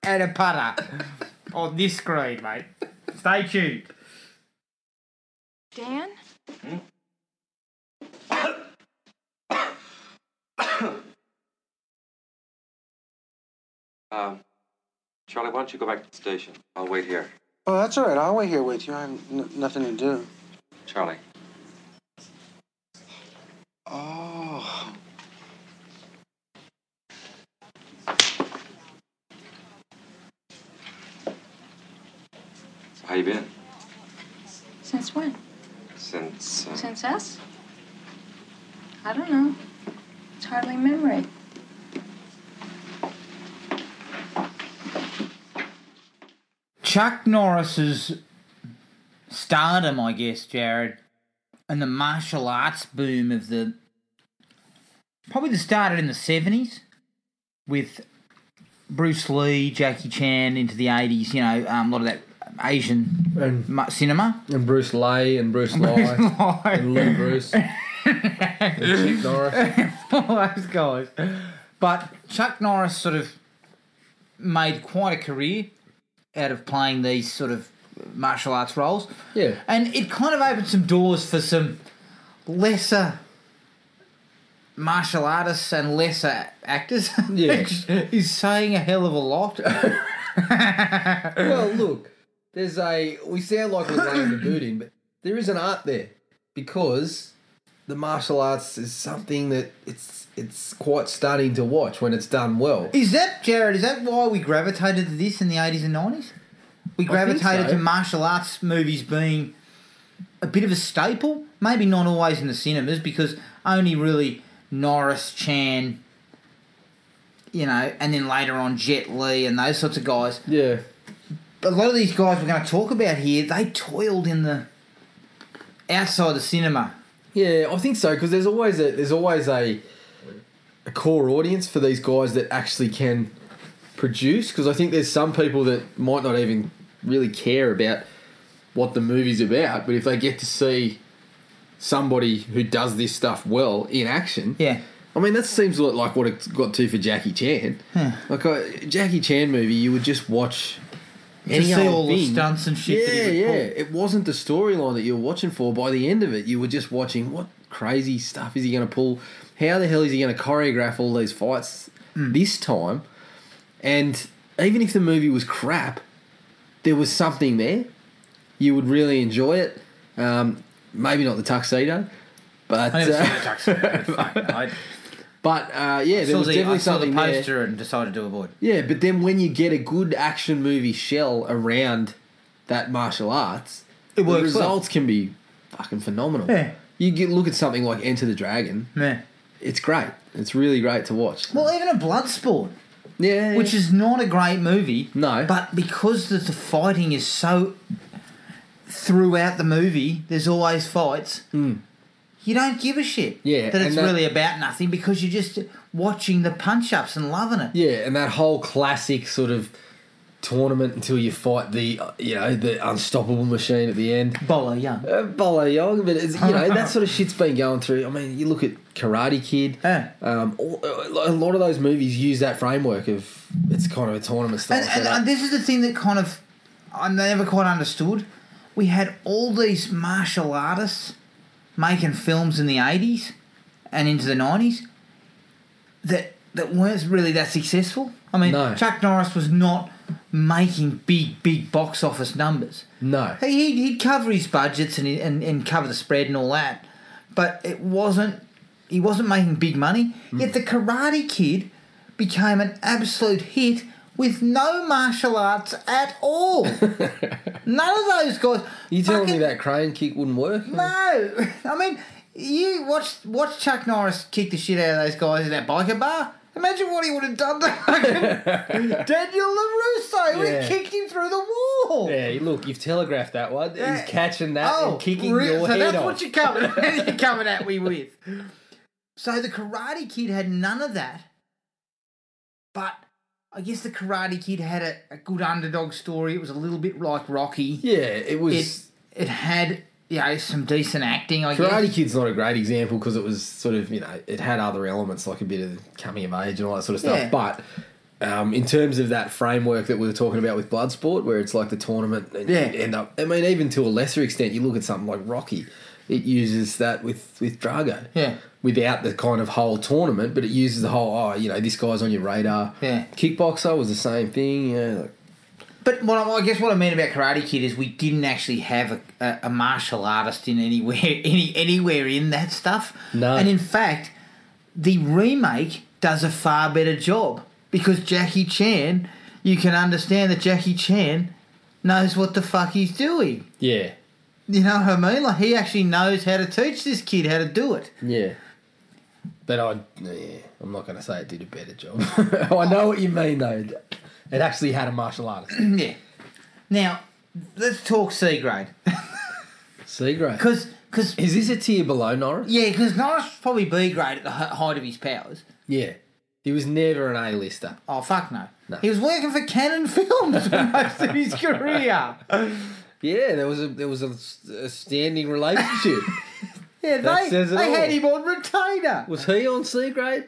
A: and a putter on this screen, mate. Stay tuned.
F: Dan?
G: Um, Charlie, why don't you go back to the station? I'll wait here.
H: Oh, that's all right. I'll wait here with you. I have n- nothing to do.
G: Charlie.
H: Oh.
G: How you been?
F: Since when?
G: Since uh,
F: Since us? I don't know. It's hardly memory.
A: Chuck Norris's stardom, I guess, Jared, and the martial arts boom of the probably the started in the seventies with Bruce Lee, Jackie Chan into the eighties. You know, um, a lot of that Asian
B: And-
A: mu- cinema.
B: And Bruce Lay and Bruce Lye and Lou
A: All
B: Bruce and Chick Norris.
A: those guys, but Chuck Norris sort of made quite a career out of playing these sort of martial arts roles.
B: Yeah.
A: And it kind of opened some doors for some lesser martial artists and lesser actors.
B: Yeah.
A: Which is saying a hell of a lot.
B: Well, look, there's a. We sound like we're laying the boot in, but there is an art there. because the martial arts is something that it's it's quite stunning to watch when it's done well.
A: Is that Jared? Is that why we gravitated to this in the eighties and nineties? We gravitated
B: so.
A: to martial arts movies being a bit of a staple. Maybe not always in the cinemas because only really Norris Chan, you know, and then later on Jet Li and those sorts of guys.
B: Yeah,
A: a lot of these guys we're going to talk about here, they toiled in the outside the cinema.
B: yeah, I think so because there's always a there's always a a core audience for these guys that actually can produce because I think there's some people that might not even really care about what the movie's about, but if they get to see somebody who does this stuff well in action,
A: Yeah.
B: I mean, that seems a lot like what it's got to for Jackie Chan. Like a Jackie Chan movie, you would just watch
A: To see
B: old
A: all the
B: thing.
A: stunts and shit. that he
B: Yeah,
A: would
B: yeah.
A: pull.
B: It wasn't the storyline that you were watching for. By the end of it, you were just watching what crazy stuff is he going to pull? How the hell is he going to choreograph all these fights
A: Hmm.
B: this time? And even if the movie was crap, there was something there. You would really enjoy it. Um, maybe not the tuxedo, but
A: I never
B: uh,
A: saw the tuxedo. Fuck, I
B: but uh, yeah, there
A: saw
B: was
A: the,
B: definitely
A: I saw the
B: something there.
A: poster and decided to avoid.
B: Yeah, but then when you get a good action movie shell around that martial arts,
A: It works
B: the results can be fucking phenomenal.
A: Yeah.
B: You get, look at something like Enter the Dragon.
A: Yeah.
B: It's great. It's really great to watch.
A: Well, even a Bloodsport,
B: yeah,
A: which
B: which
A: is not a great movie.
B: No.
A: But because the, the fighting is so throughout the movie, there's always fights. You don't give a shit.
B: Hmm. Yeah,
A: That
B: and
A: it's
B: that-
A: really about nothing because you're just watching the punch ups and loving it.
B: yeah, and that whole classic sort of tournament until you fight the uh, you know the unstoppable machine at the end.
A: Bolo Young.
B: Uh, Bolo Young, but it's, you know that sort of shit's been going through. I mean, you look at Karate Kid.
A: Yeah.
B: Um, all, a lot of those movies use that framework of it's kind of a tournament style.
A: And, and,
B: setup.
A: and this is the thing that kind of I never quite understood. We had all these martial artists making films in the eighties and into the nineties that that weren't really that successful. I mean,
B: No.
A: Chuck Norris was not making big, big box office numbers.
B: no,
A: He- He'd, he'd cover his budgets and, he- and and cover the spread and all that, but it wasn't. He wasn't making big money.
B: Hmm.
A: Yet the Karate Kid became an absolute hit with no martial arts at all. None of those guys.
B: you telling me
A: fucking-
B: that crane kick wouldn't work?
A: No, I mean, you watch watch Chuck Norris kick the shit out of those guys at that biker bar. Imagine what he would have done to fucking Daniel LaRusso. He would have
B: Yeah.
A: kicked him through the wall.
B: Yeah, look, you've telegraphed that one.
A: Yeah.
B: He's catching that and kicking
A: really?
B: your
A: Uh, oh, so
B: head
A: that's
B: off.
A: what you're coming, you're coming at me with. So the Karate Kid had none of that, but I guess the Karate Kid had a, a good underdog story. It was a little bit like Rocky.
B: yeah, it
A: It
B: was.
A: it had you know some decent acting. I
B: Karate
A: guess.
B: Kid's not a great example because it was sort of you know it had other elements like a bit of coming of age and all that sort of stuff.
A: Yeah.
B: But um, in terms of that framework that we were talking about with Bloodsport, where it's like the tournament and
A: Yeah.
B: you end up. I mean, even to a lesser extent, you look at something like Rocky. It uses that with with Drago.
A: Yeah.
B: Without the kind of whole tournament, but it uses the whole oh you know this guy's on your radar.
A: Yeah.
B: Kickboxer was the same thing. Yeah. Like,
A: But what I, I guess what I mean about Karate Kid is we didn't actually have a, a, a martial artist in anywhere any anywhere in that stuff.
B: No.
A: And in fact, the remake does a far better job because Jackie Chan, you can understand that Jackie Chan knows what the fuck he's doing.
B: yeah.
A: You know what I mean? Like he actually knows how to teach this kid how to do it.
B: Yeah. But I, yeah, I'm not going to say it did a better job. I know what you mean, though. It actually had a martial artist.
A: yeah. Now, let's talk C grade
B: C grade.
A: because because
B: Is this a tier below Norris?
A: yeah because Norris was probably B grade at the hi- height of his powers.
B: Yeah. He was never an A-lister.
A: Oh fuck no.
B: No.
A: He was working for Canon Films for most of his career.
B: Yeah, there was a there was a, a standing relationship.
A: Yeah,
B: That
A: they,
B: says it
A: they had
B: all.
A: him on retainer.
B: was he on C grade?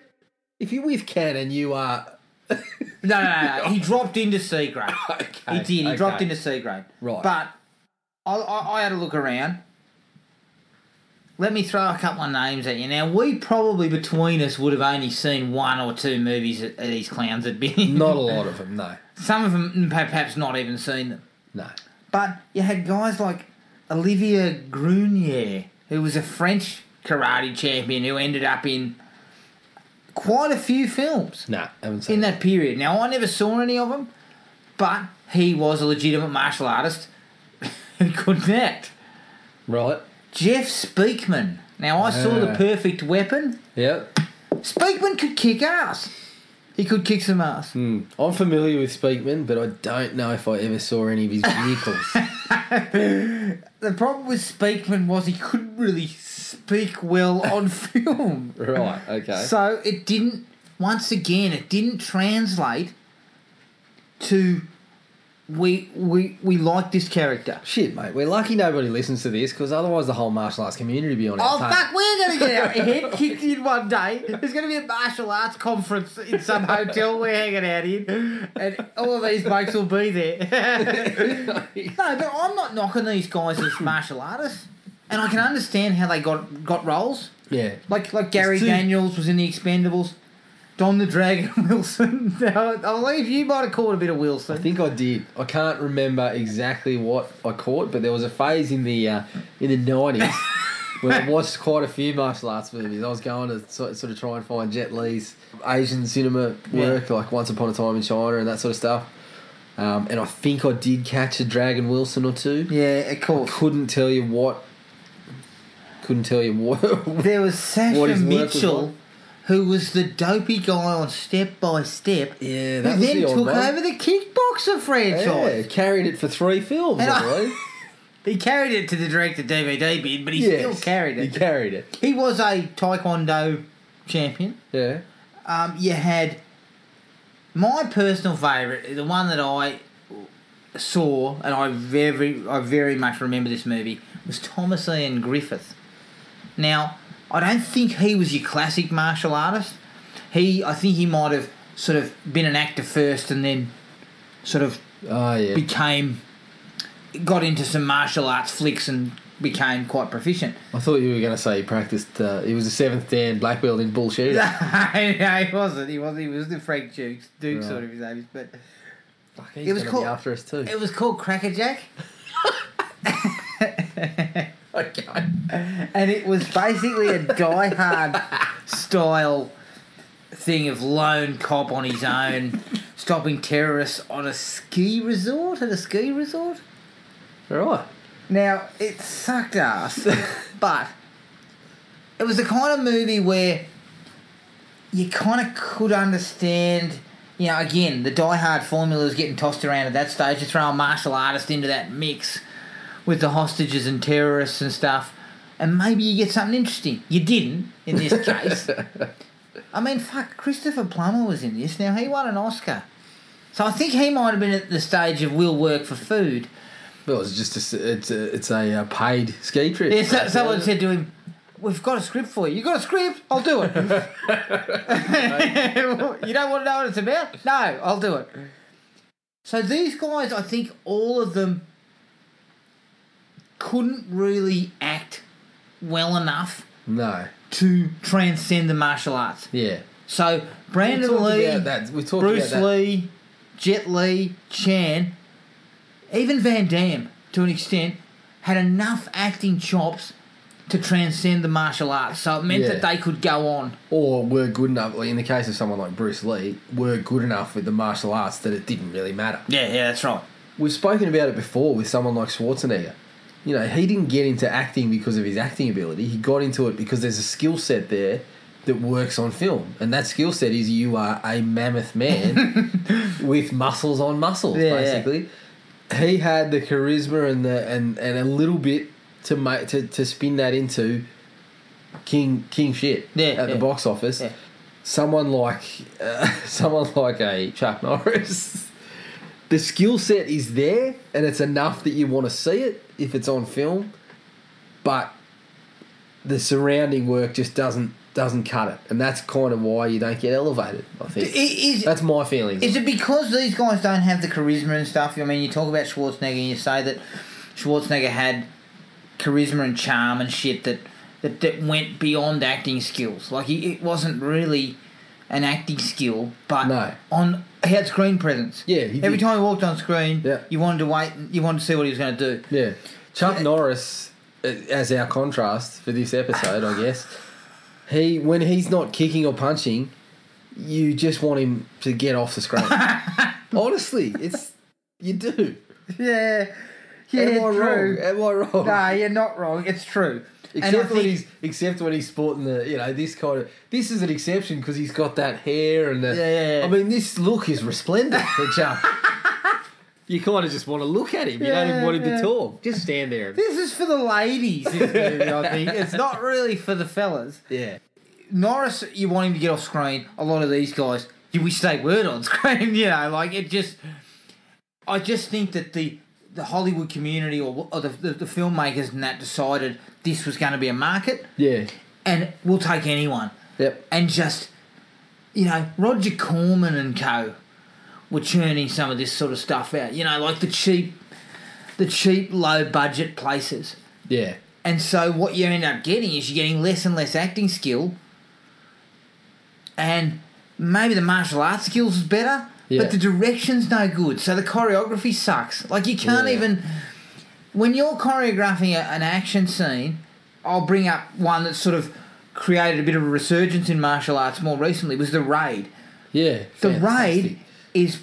B: If you're with Cannon, you are
A: No, no, no, no. He dropped into C grade.
B: okay.
A: He did. He
B: okay.
A: dropped into C grade.
B: Right.
A: But I, I, I had a look around. Let me throw a couple of names at you. Now we probably between us would have only seen one or two movies that that these clowns had been. in.
B: Not a lot of them, no,
A: Some of them perhaps not even seen them.
B: no.
A: But you had guys like Olivia Grunier, who was a French karate champion who ended up in quite a few films
B: Nah, haven't seen
A: in that period. Now, I never saw any of them, but he was a legitimate martial artist who couldn't act.
B: Right.
A: Jeff Speakman. Now, I saw The
B: Yeah.
A: Perfect Weapon.
B: Yep.
A: Speakman could kick ass. He could kick some ass.
B: Hmm. I'm familiar with Speakman, but I don't know if I ever saw any of his vehicles.
A: The problem with Speakman was he couldn't really speak well on film.
B: right. Okay.
A: So it didn't, once again, it didn't translate to we, we, we like this character.
B: Shit, mate. We're lucky nobody listens to this because otherwise the whole martial arts community would be on
A: Oh
B: our tail.
A: fuck! We're gonna get our head kicked in one day. There's gonna be a martial arts conference in some hotel we're hanging out in, and all of these blokes will be there. no, but I'm not knocking these guys as martial artists, and I can understand how they got got roles.
B: Yeah.
A: Like like Gary
B: too-
A: Daniels was in the Expendables. Don the Dragon Wilson. Now, I believe you might have caught a bit of Wilson.
B: I think I did. I can't remember exactly what I caught, but there was a phase in the uh, in the nineties where I watched quite a few martial arts movies. I was going to sort, sort of try and find Jet Li's Asian cinema work, like Once Upon a Time in China and that sort of stuff. Um, and I think I did catch a Dragon Wilson or two.
A: yeah, of course.
B: Couldn't tell you what. Couldn't tell you what.
A: There was
B: What
A: Sasha
B: his work was
A: Mitchell,
B: like.
A: who was the dopey guy on Step by Step,
B: yeah,
A: who
B: that was
A: then
B: the old
A: took
B: one.
A: over the kickboxer
B: Yeah,
A: franchise.
B: carried it for three films,
A: And
B: I
A: I-
B: believe.
A: He carried it to the director DVD bin, but he still
B: Yes,
A: carried
B: He
A: it.
B: carried it.
A: He was a Taekwondo champion.
B: Yeah.
A: Um, you had my personal favourite, the one that I saw, and I very, I very much remember this movie was Thomas Ian Griffith. Now, I don't think he was your classic martial artist. He, I think he might have sort of been an actor first, and then sort of
B: Oh yeah.
A: became, got into some martial arts flicks, and became quite proficient.
B: I thought you were going to say he practiced. Uh, he was a seventh Dan black belt in bullshit.
A: no, he wasn't. He was. He was the Frank Dukes, Duke sort of his age, but.
B: Fuck, he's
A: It was
B: gonna
A: called-
B: be after us too.
A: It was called Cracker Jack,
B: okay.
A: and it was basically a Die Hard style thing of lone cop on his own, stopping terrorists on a ski resort. At a ski resort.
B: All right.
A: Now it sucked ass, but it was the kind of movie where you kind of could understand. You know, again, the Die Hard formula is getting tossed around at that stage. You throw a martial artist into that mix with the hostages and terrorists and stuff, and maybe you get something interesting. You didn't in this case. I mean, fuck, Christopher Plummer was in this. Now he won an Oscar, so I think he might have been at the stage of will work for food.
B: Well, it's just a, s- it's a, it's a uh, paid ski trip.
A: Yeah, so, someone said to him, "We've got a script for you. You got a script? I'll do it. you don't want to know what it's about? No, I'll do it." So these guys, I think all of them couldn't really act well enough
B: No.
A: to transcend the martial arts.
B: Yeah.
A: So Brandon
B: We talked
A: Lee,
B: about that. We talked
A: Bruce
B: about that.
A: Lee, Jet Lee, Chan, even Van Damme, to an extent, had enough acting chops to transcend the martial arts. So it meant
B: Yeah.
A: that they could go on.
B: Or were good enough. Like in the case of someone like Bruce Lee, were good enough with the martial arts that it didn't really matter.
A: Yeah, yeah, that's right.
B: We've spoken about it before with someone like Schwarzenegger. You know, he didn't get into acting because of his acting ability. He got into it because there's a skill set there that works on film. And that skill set is you are a mammoth man with muscles on muscles,
A: Yeah, yeah.
B: basically. He had the charisma and the and, and a little bit to make to, to spin that into king king shit
A: Yeah,
B: at
A: yeah.
B: the box office.
A: Yeah.
B: Someone like uh, someone like a Chuck Norris the skill set is there and it's enough that you want to see it if it's on film but the surrounding work just doesn't doesn't cut it and that's kind of why you don't get elevated i
A: I-
B: think
A: Is,
B: that's my feeling
A: is it because these guys don't have the charisma and stuff? I mean, you talk about Schwarzenegger and you say that Schwarzenegger had charisma and charm and shit that, that, that went beyond acting skills. Like, he, it wasn't really an acting skill, but
B: No.
A: on he had screen presence.
B: Yeah, he
A: Every
B: did.
A: time he walked on screen,
B: Yeah.
A: you wanted to wait, you wanted to see what he was going to do.
B: yeah chuck norris uh, as our contrast for this episode, I guess. He when he's not kicking or punching, you just want him to get off the screen. Honestly, it's you do.
A: Yeah.
B: Am I
A: Yeah,
B: wrong?
A: true.
B: Am I wrong?
A: Nah, you're not wrong. It's true. And I
B: Except when
A: think-
B: he's except when he's sporting the you know this kind of this is an exception because he's got that hair and
A: Yeah,
B: the
A: yeah, yeah.
B: I mean this look is resplendent for Chuck. you kind of just want to look at him. You don't even
A: Yeah,
B: want him
A: yeah.
B: to talk. Just
A: Just-
B: stand there. And,
A: This is for the ladies, this movie, I think. It's not really for the fellas.
B: yeah.
A: Norris, you want him to get off screen. A lot of these guys, you wish they weren't on screen. You know, like it just. I just think that the the Hollywood community or, or the, the the filmmakers and that decided this was going to be a market,
B: Yeah.
A: and we'll take anyone.
B: Yep.
A: And just, you know, Roger Corman and co. were churning some of this sort of stuff out. You know, like the cheap, the cheap, low budget places.
B: Yeah.
A: And so what you end up getting is you're getting less and less acting skill. And maybe the martial arts skills is better,
B: Yeah.
A: but the direction's no good. So the choreography sucks. Like you can't
B: Yeah.
A: even when you're choreographing a, an action scene, I'll bring up one that sort of created a bit of a resurgence in martial arts more recently was the raid.
B: Yeah.
A: The
B: Fantastic.
A: raid is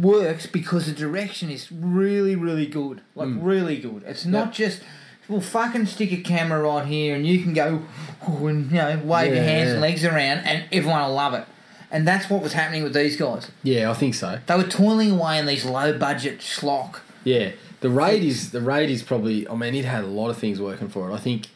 A: works because the direction is really, really good. Like
B: Mm.
A: really good. It's not just well, fucking stick a camera right here, and you can go "Ooh," and you know wave
B: Yeah,
A: your hands and
B: yeah.
A: legs around, and everyone will love it. And that's what was happening with these guys.
B: Yeah, I think so.
A: They were toiling away in these low budget schlock.
B: Yeah, the raid is the raid is probably. I mean, it had a lot of things working for it. I think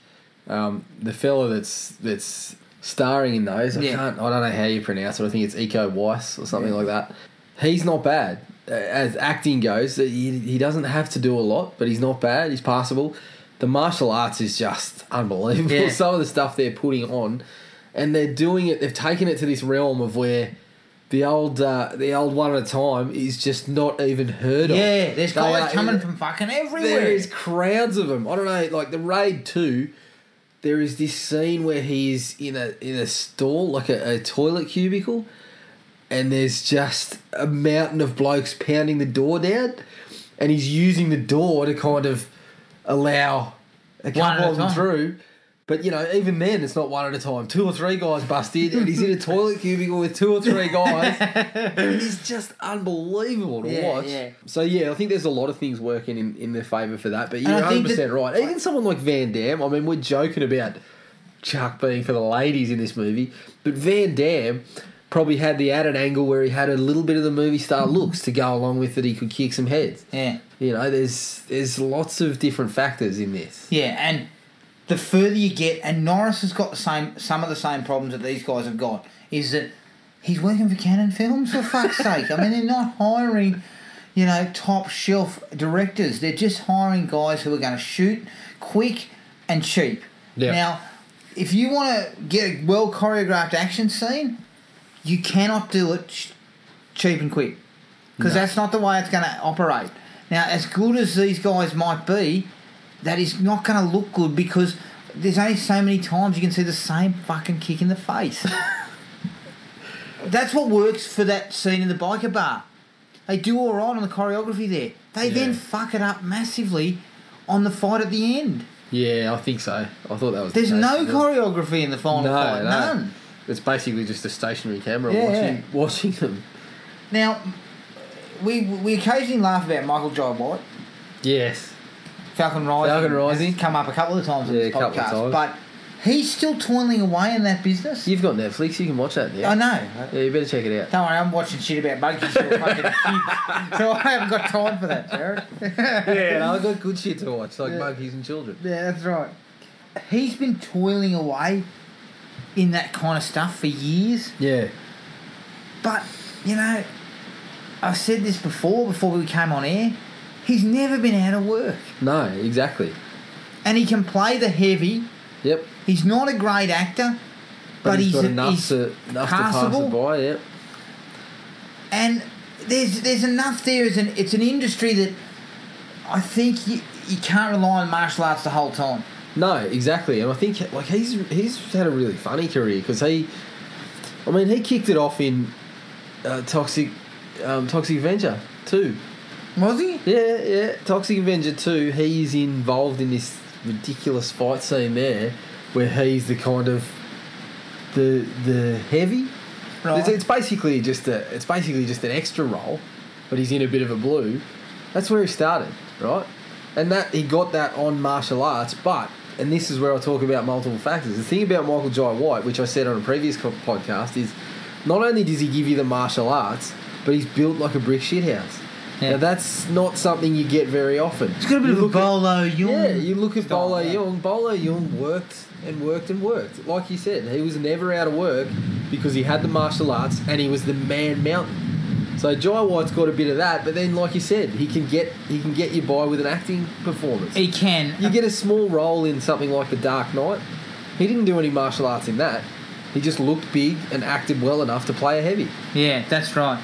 B: um, the fella that's that's starring in those. I
A: Yeah.
B: can't. I don't know how you pronounce it. I think it's Eco Weiss or something like that. He's not bad Uh, as acting goes. He, he doesn't have to do a lot, but he's not bad. He's passable. The martial arts is just unbelievable.
A: Yeah.
B: Some of the stuff they're putting on, and they're doing it. They've taken it to this realm of where. The old, uh, the old one at a time is just not even heard of.
A: Yeah, there's
B: They
A: guys
B: are-
A: coming from fucking everywhere.
B: There is crowds of them. I don't know, like the raid two. There is this scene where he is in a in a stall, like a, a toilet cubicle, and there's just a mountain of blokes pounding the door down, and he's using the door to kind of allow a
A: One at
B: couple
A: a
B: of them
A: time.
B: through. But you know, even then, it's not one at a time. Two or three guys bust in, and he's in a toilet cubicle with two or three guys. It's just unbelievable to
A: Yeah,
B: watch.
A: yeah.
B: So yeah, I think there's a lot of things working in, in their favour for that. But you're
A: And I
B: 100
A: think
B: percent
A: that-
B: right. Even someone like Van Damme. I mean, we're joking about Chuck being for the ladies in this movie, but Van Damme probably had the added angle where he had a little bit of the movie star looks to go along with that he could kick some heads.
A: Yeah.
B: You know, there's there's lots of different factors in this.
A: Yeah, and the further you get, and Norris has got the same some of the same problems that these guys have got, is that he's working for Canon Films for fuck's sake. I mean, they're not hiring, you know, top shelf directors. They're just hiring guys who are going to shoot quick and cheap.
B: Yeah.
A: Now, if you want to get a well choreographed action scene, you cannot do it ch- cheap and quick because that's not the way it's going to operate. Now, as good as these guys might be, that is not going to look good because there's only so many times you can see the same fucking kick in the face. that's what works for that scene in the biker bar. They do all right on the choreography there. They then
B: Yeah.
A: fuck it up massively on the fight at the end.
B: Yeah, I think so. I thought that was. the
A: There's
B: case.
A: no choreography in the final fight. None.
B: It's basically just a stationary camera
A: Yeah,
B: watching
A: yeah.
B: watching them.
A: Now, we we occasionally laugh about Michael J. White.
B: Yes.
A: Falcon Rising.
B: Falcon
A: has
B: Rising.
A: come up a couple of times in
B: Yeah,
A: this
B: a couple of
A: podcast,
B: times.
A: but he's still toiling away in that business.
B: You've got Netflix. You can watch that now.
A: I know.
B: Yeah, you better check it out.
A: Don't worry, I'm watching shit about monkeys or fucking kids, so I haven't got time for that, Jared.
B: Yeah, I've got good shit to watch, like
A: Yeah.
B: monkeys and children.
A: Yeah, that's right. He's been toiling away in that kind of stuff for years,
B: Yeah,
A: but you know, I've said this before, before we came on air. He's never been out of work,
B: no, exactly.
A: and he can play the heavy.
B: Yep.
A: He's not a great actor, but, he's,
B: got
A: a-
B: enough
A: he's
B: to enough to pass
A: passable.
B: it by. Yep.
A: and there's there's enough there. Is an it's an industry that I think you you can't rely on martial arts the whole time.
B: No, exactly. And I think like he's he's had a really funny career because he, I mean, he kicked it off in uh, Toxic um, Toxic Avenger too.
A: Was he?
B: Yeah, yeah. Toxic Avenger 2, he's involved in this ridiculous fight scene there where he's the kind of the the heavy.
A: Right.
B: It's, it's basically just a it's basically just an extra role, but he's in a bit of a blue. That's where he started, right? And that he got that on martial arts, but and this is where I talk about multiple factors. The thing about Michael Jai White, which I said on a previous co- podcast, is not only does he give you the martial arts, but he's built like a brick shit house.
A: Yeah.
B: Now that's not something you get very often.
A: It's got a bit
B: You
A: of a
B: look at-
A: bolo yawn.
B: yeah, you look at
A: style,
B: Bolo
A: yeah.
B: Young. Bolo Young worked and worked and worked. Like you said, he was never out of work because he had the martial arts and he was the man mountain. So Jai White's got a bit of that, but then, like you said, he can get he can get you by with an acting performance.
A: He can.
B: You get a small role in something like The Dark Knight. He didn't do any martial arts in that. He just looked big and acted well enough to play a heavy.
A: Yeah, that's right.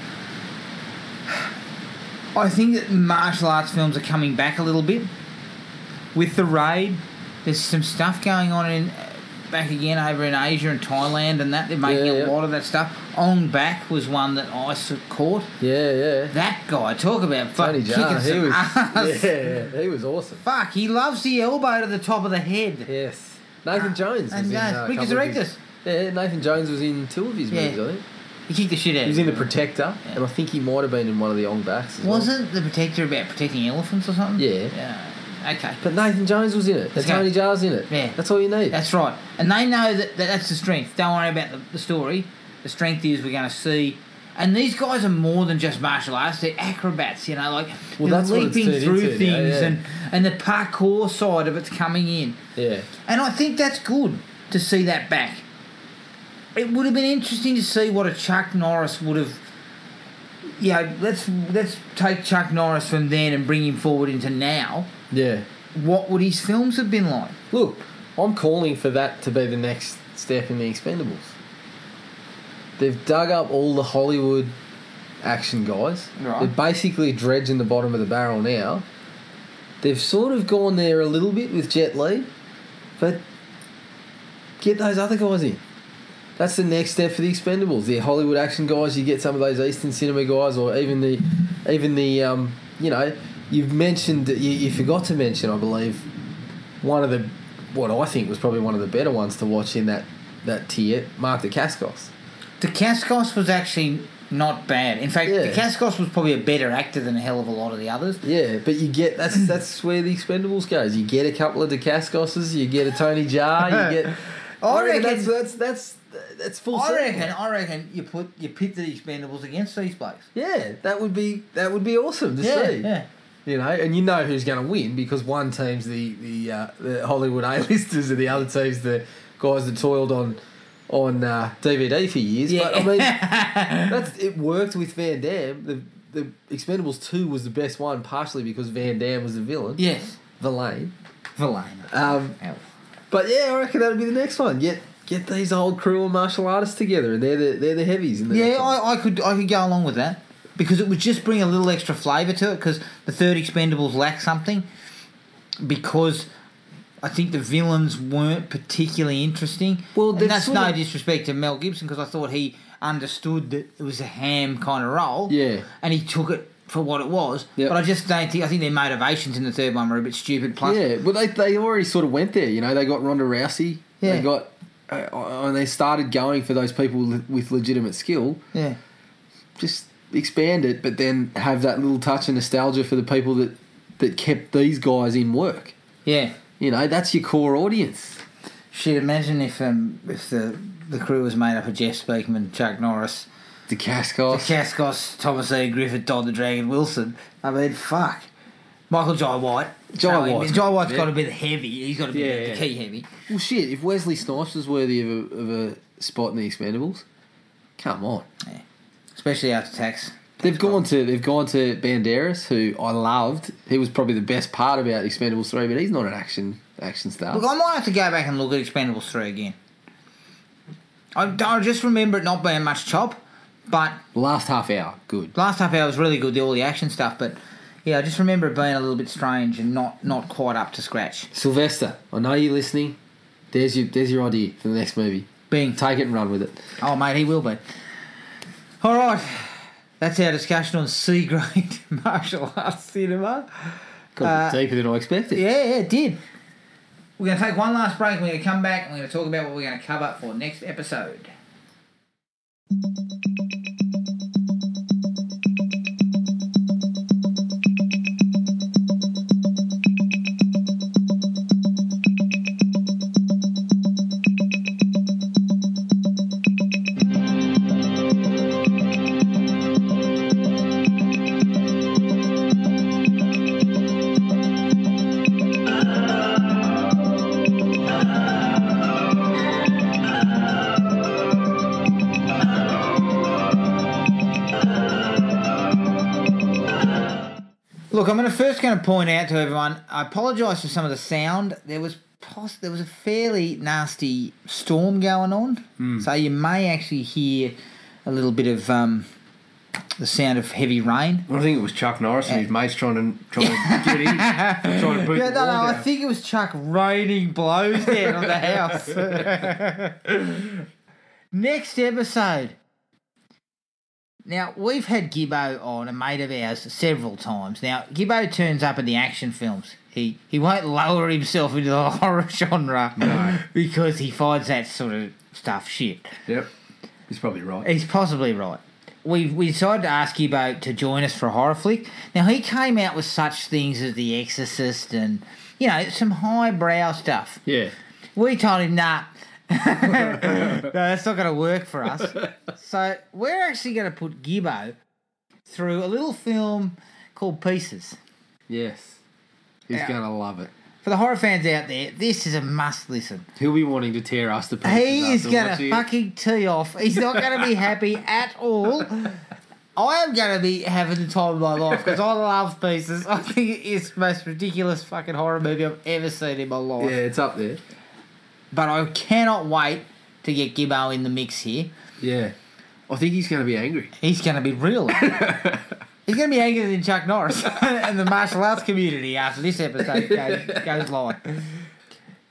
A: I think that martial arts films are coming back a little bit. With the raid, there's some stuff going on in back again over in Asia and Thailand and that. They're making
B: Yeah,
A: a
B: yeah.
A: lot of that stuff. On back was one that I s- caught.
B: Yeah, yeah.
A: That guy, talk about
B: Tony
A: fucking
B: Jaa,
A: kicking
B: he
A: some
B: was
A: ass.
B: yeah, yeah, he was awesome.
A: Fuck, he loves the elbow to the top of the head.
B: Yes. Nathan Jones. was
A: Nathan
B: in,
A: Jones.
B: uh, a
A: Ah, We
B: couple of his-
A: Resurrectus.
B: Yeah, Nathan Jones was in two of his
A: Yeah.
B: movies, I think.
A: He kicked the shit out.
B: He was in The Protector,
A: Yeah.
B: and I think he might have been in one of the Young Backs. as well.
A: Wasn't the protector about protecting elephants or something?
B: Yeah.
A: Yeah. Okay.
B: But Nathan Jones was in it. And
A: Okay.
B: Tony Jar's in it.
A: Yeah.
B: That's all you need.
A: That's right. And they know that, that that's the strength. Don't worry about the, the story. The strength is we're going to see. And these guys are more than just martial arts. They're acrobats, you know, like
B: Well,
A: they're
B: that's what it's
A: leaping
B: turned
A: through
B: into
A: things
B: now, yeah.
A: and, and the parkour side of it's coming in.
B: yeah.
A: And I think that's good to see that back. It would have been interesting to see what a Chuck Norris would have. Yeah, let's let's take Chuck Norris from then and bring him forward into now.
B: Yeah.
A: What would his films have been like?
B: Look, I'm calling for that to be the next step in the Expendables. They've dug up all the Hollywood action guys.
A: Right.
B: They're basically dredging the bottom of the barrel now. They've sort of gone there a little bit with Jet Li, but get those other guys in. That's the next step for the Expendables. The Hollywood action guys, you get some of those Eastern cinema guys, or even the, even the, um, you know, you've mentioned, you, you forgot to mention, I believe, one of the, what I think was probably one of the better ones to watch in that that tier, Mark the Cascos.
A: The Cascos was actually not bad. In fact,
B: Yeah.
A: the Cascos was probably a better actor than a hell of a lot of the others.
B: Yeah, but you get that's that's where the Expendables goes. You get a couple of the Cascoses, you get a Tony Jar, you get.
A: I reckon-
B: that's that's that's that's full.
A: I
B: circle.
A: reckon. I reckon you put you pit the Expendables against these blokes.
B: Yeah, that would be that would be awesome to
A: Yeah,
B: see.
A: yeah.
B: You know, and you know who's going to win because one team's the the, uh, the Hollywood A-listers and the other team's the guys that toiled on on uh, DVD for years. But I mean, that's it worked with Van Damme. The the Expendables two was the best one, partially because Van Damme was the villain,
A: Yes,
B: Villain.
A: Valena.
B: Um,
A: Ow.
B: but yeah, I reckon that'll be the next one. Get get these old crew of martial artists together, and they're the they're the heavies. In the
A: Yeah,
B: next one.
A: I, I could I could go along with that because it would just bring a little extra flavour to it because the third Expendables lacked something because I think the villains weren't particularly interesting.
B: Well,
A: and
B: they've
A: that's
B: sort
A: no
B: of-
A: disrespect to Mel Gibson because I thought he understood that it was a ham kind of role.
B: Yeah.
A: and he took it. For what it was,
B: Yep.
A: but I just don't think I think their motivations in the third one were a bit stupid. Plus,
B: Yeah, well, they, they already sort of went there. You know, they got Ronda Rousey.
A: Yeah.
B: They got, uh, uh, and they started going for those people le- with legitimate skill.
A: yeah,
B: Just expand it, but then have that little touch of nostalgia for the people that that kept these guys in work.
A: yeah.
B: You know, that's your core audience.
A: Shit, imagine if um, if the the crew was made up of Jeff Speakman, Chuck Norris,
B: The Cascos.
A: Cascos, Thomas A. Griffith, Don the Dragon Wilson. I mean, fuck. Michael Jai White.
B: Jai
A: Sorry,
B: White.
A: Jai White's
B: Yeah.
A: got to be the heavy. He's got to be
B: Yeah,
A: the
B: yeah.
A: key heavy.
B: well, shit. If Wesley Snipes was worthy of a, of a spot in the Expendables, come on.
A: Especially after tax.
B: They've gone to they've gone to Banderas, who I loved. He was probably the best part about Expendables three, but he's not an action action star.
A: Look, I might have to go back and look at Expendables 3 again. I, I just remember it not being much chop, but
B: Last half hour, good.
A: last half hour was really good, the, all the action stuff, but yeah, I just remember it being a little bit strange and not, not quite up to scratch.
B: Sylvester, I know you're listening. There's your there's your idea for the next movie.
A: Being
B: Take it and run with it.
A: Oh, mate, he will be. All right. That's our discussion on C grade martial arts cinema.
B: Got
A: Uh,
B: deeper than I expected.
A: Yeah, yeah, it did. We're going to take one last break. We're going to come back and we're going to talk about what we're going to cover for next episode. Look, I'm going to first going to point out to everyone. I apologise for some of the sound. There was poss- there was a fairly nasty storm going on, so you may actually hear a little bit of um, the sound of heavy rain.
I: I think it was Chuck Norris and his mates trying to trying to get in, trying to boot
A: Yeah,
I: the
A: no,
I: wall
A: no, I
I: down.
A: think it was Chuck raining blows down on the house. Next episode. Now, we've had Gibbo on, a mate of ours, several times. Now, Gibbo turns up in the action films. He he won't lower himself into the horror genre because he finds that sort of stuff shit.
I: Yep, he's probably right.
A: He's possibly right. We we decided to ask you about to join us for a horror flick. Now he came out with such things as The Exorcist and you know some highbrow stuff.
I: Yeah,
A: We told him nah. no, that's not going to work for us. So we're actually going to put Gibbo through a little film called Pieces.
B: Yes. He's
A: Yeah.
B: gonna love it.
A: For the horror fans out there, this is a must listen.
B: He'll be wanting to tear us to pieces.
A: He is
B: after
A: going
B: watching
A: to
B: it.
A: fucking tee off. He's not going to be happy at all. I am going to be having the time of my life because I love pieces. I think it is the most ridiculous fucking horror movie I've ever seen in my life.
B: Yeah, it's up there.
A: But I cannot wait to get Gibbo in the mix here.
B: Yeah. I think he's gonna be angry.
A: He's going to be real. He's going to be angrier than Chuck Norris and the martial arts community after this episode goes, goes live.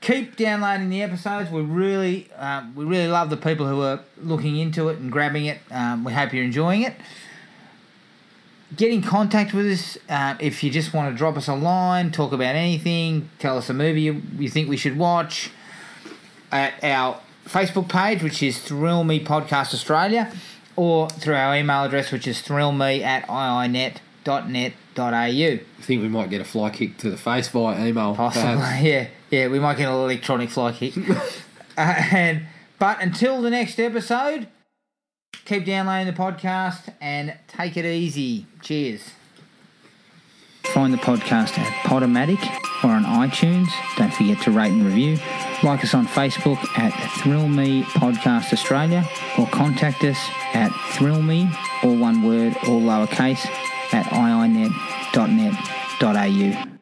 A: Keep downloading the episodes. We really, um, we really love the people who are looking into it and grabbing it. Um, we hope you're enjoying it. Get in contact with us uh, if you just want to drop us a line, talk about anything, tell us a movie you, you think we should watch. At our Facebook page, which is Thrill Me Podcast Australia, or through our email address, which is thrillme at iinet.net.au.
B: I think we might get a fly kick to the face via email.
A: Possibly,
B: perhaps.
A: uh, yeah, yeah. We might get an electronic fly kick. uh, and but until the next episode, keep downloading the podcast and take it easy. Cheers. Find the podcast at Podomatic or on iTunes. Don't forget to rate and review. Like us on Facebook at Thrill Me Podcast Australia or contact us at thrillme, all one word, all lowercase, at iinet.net.au.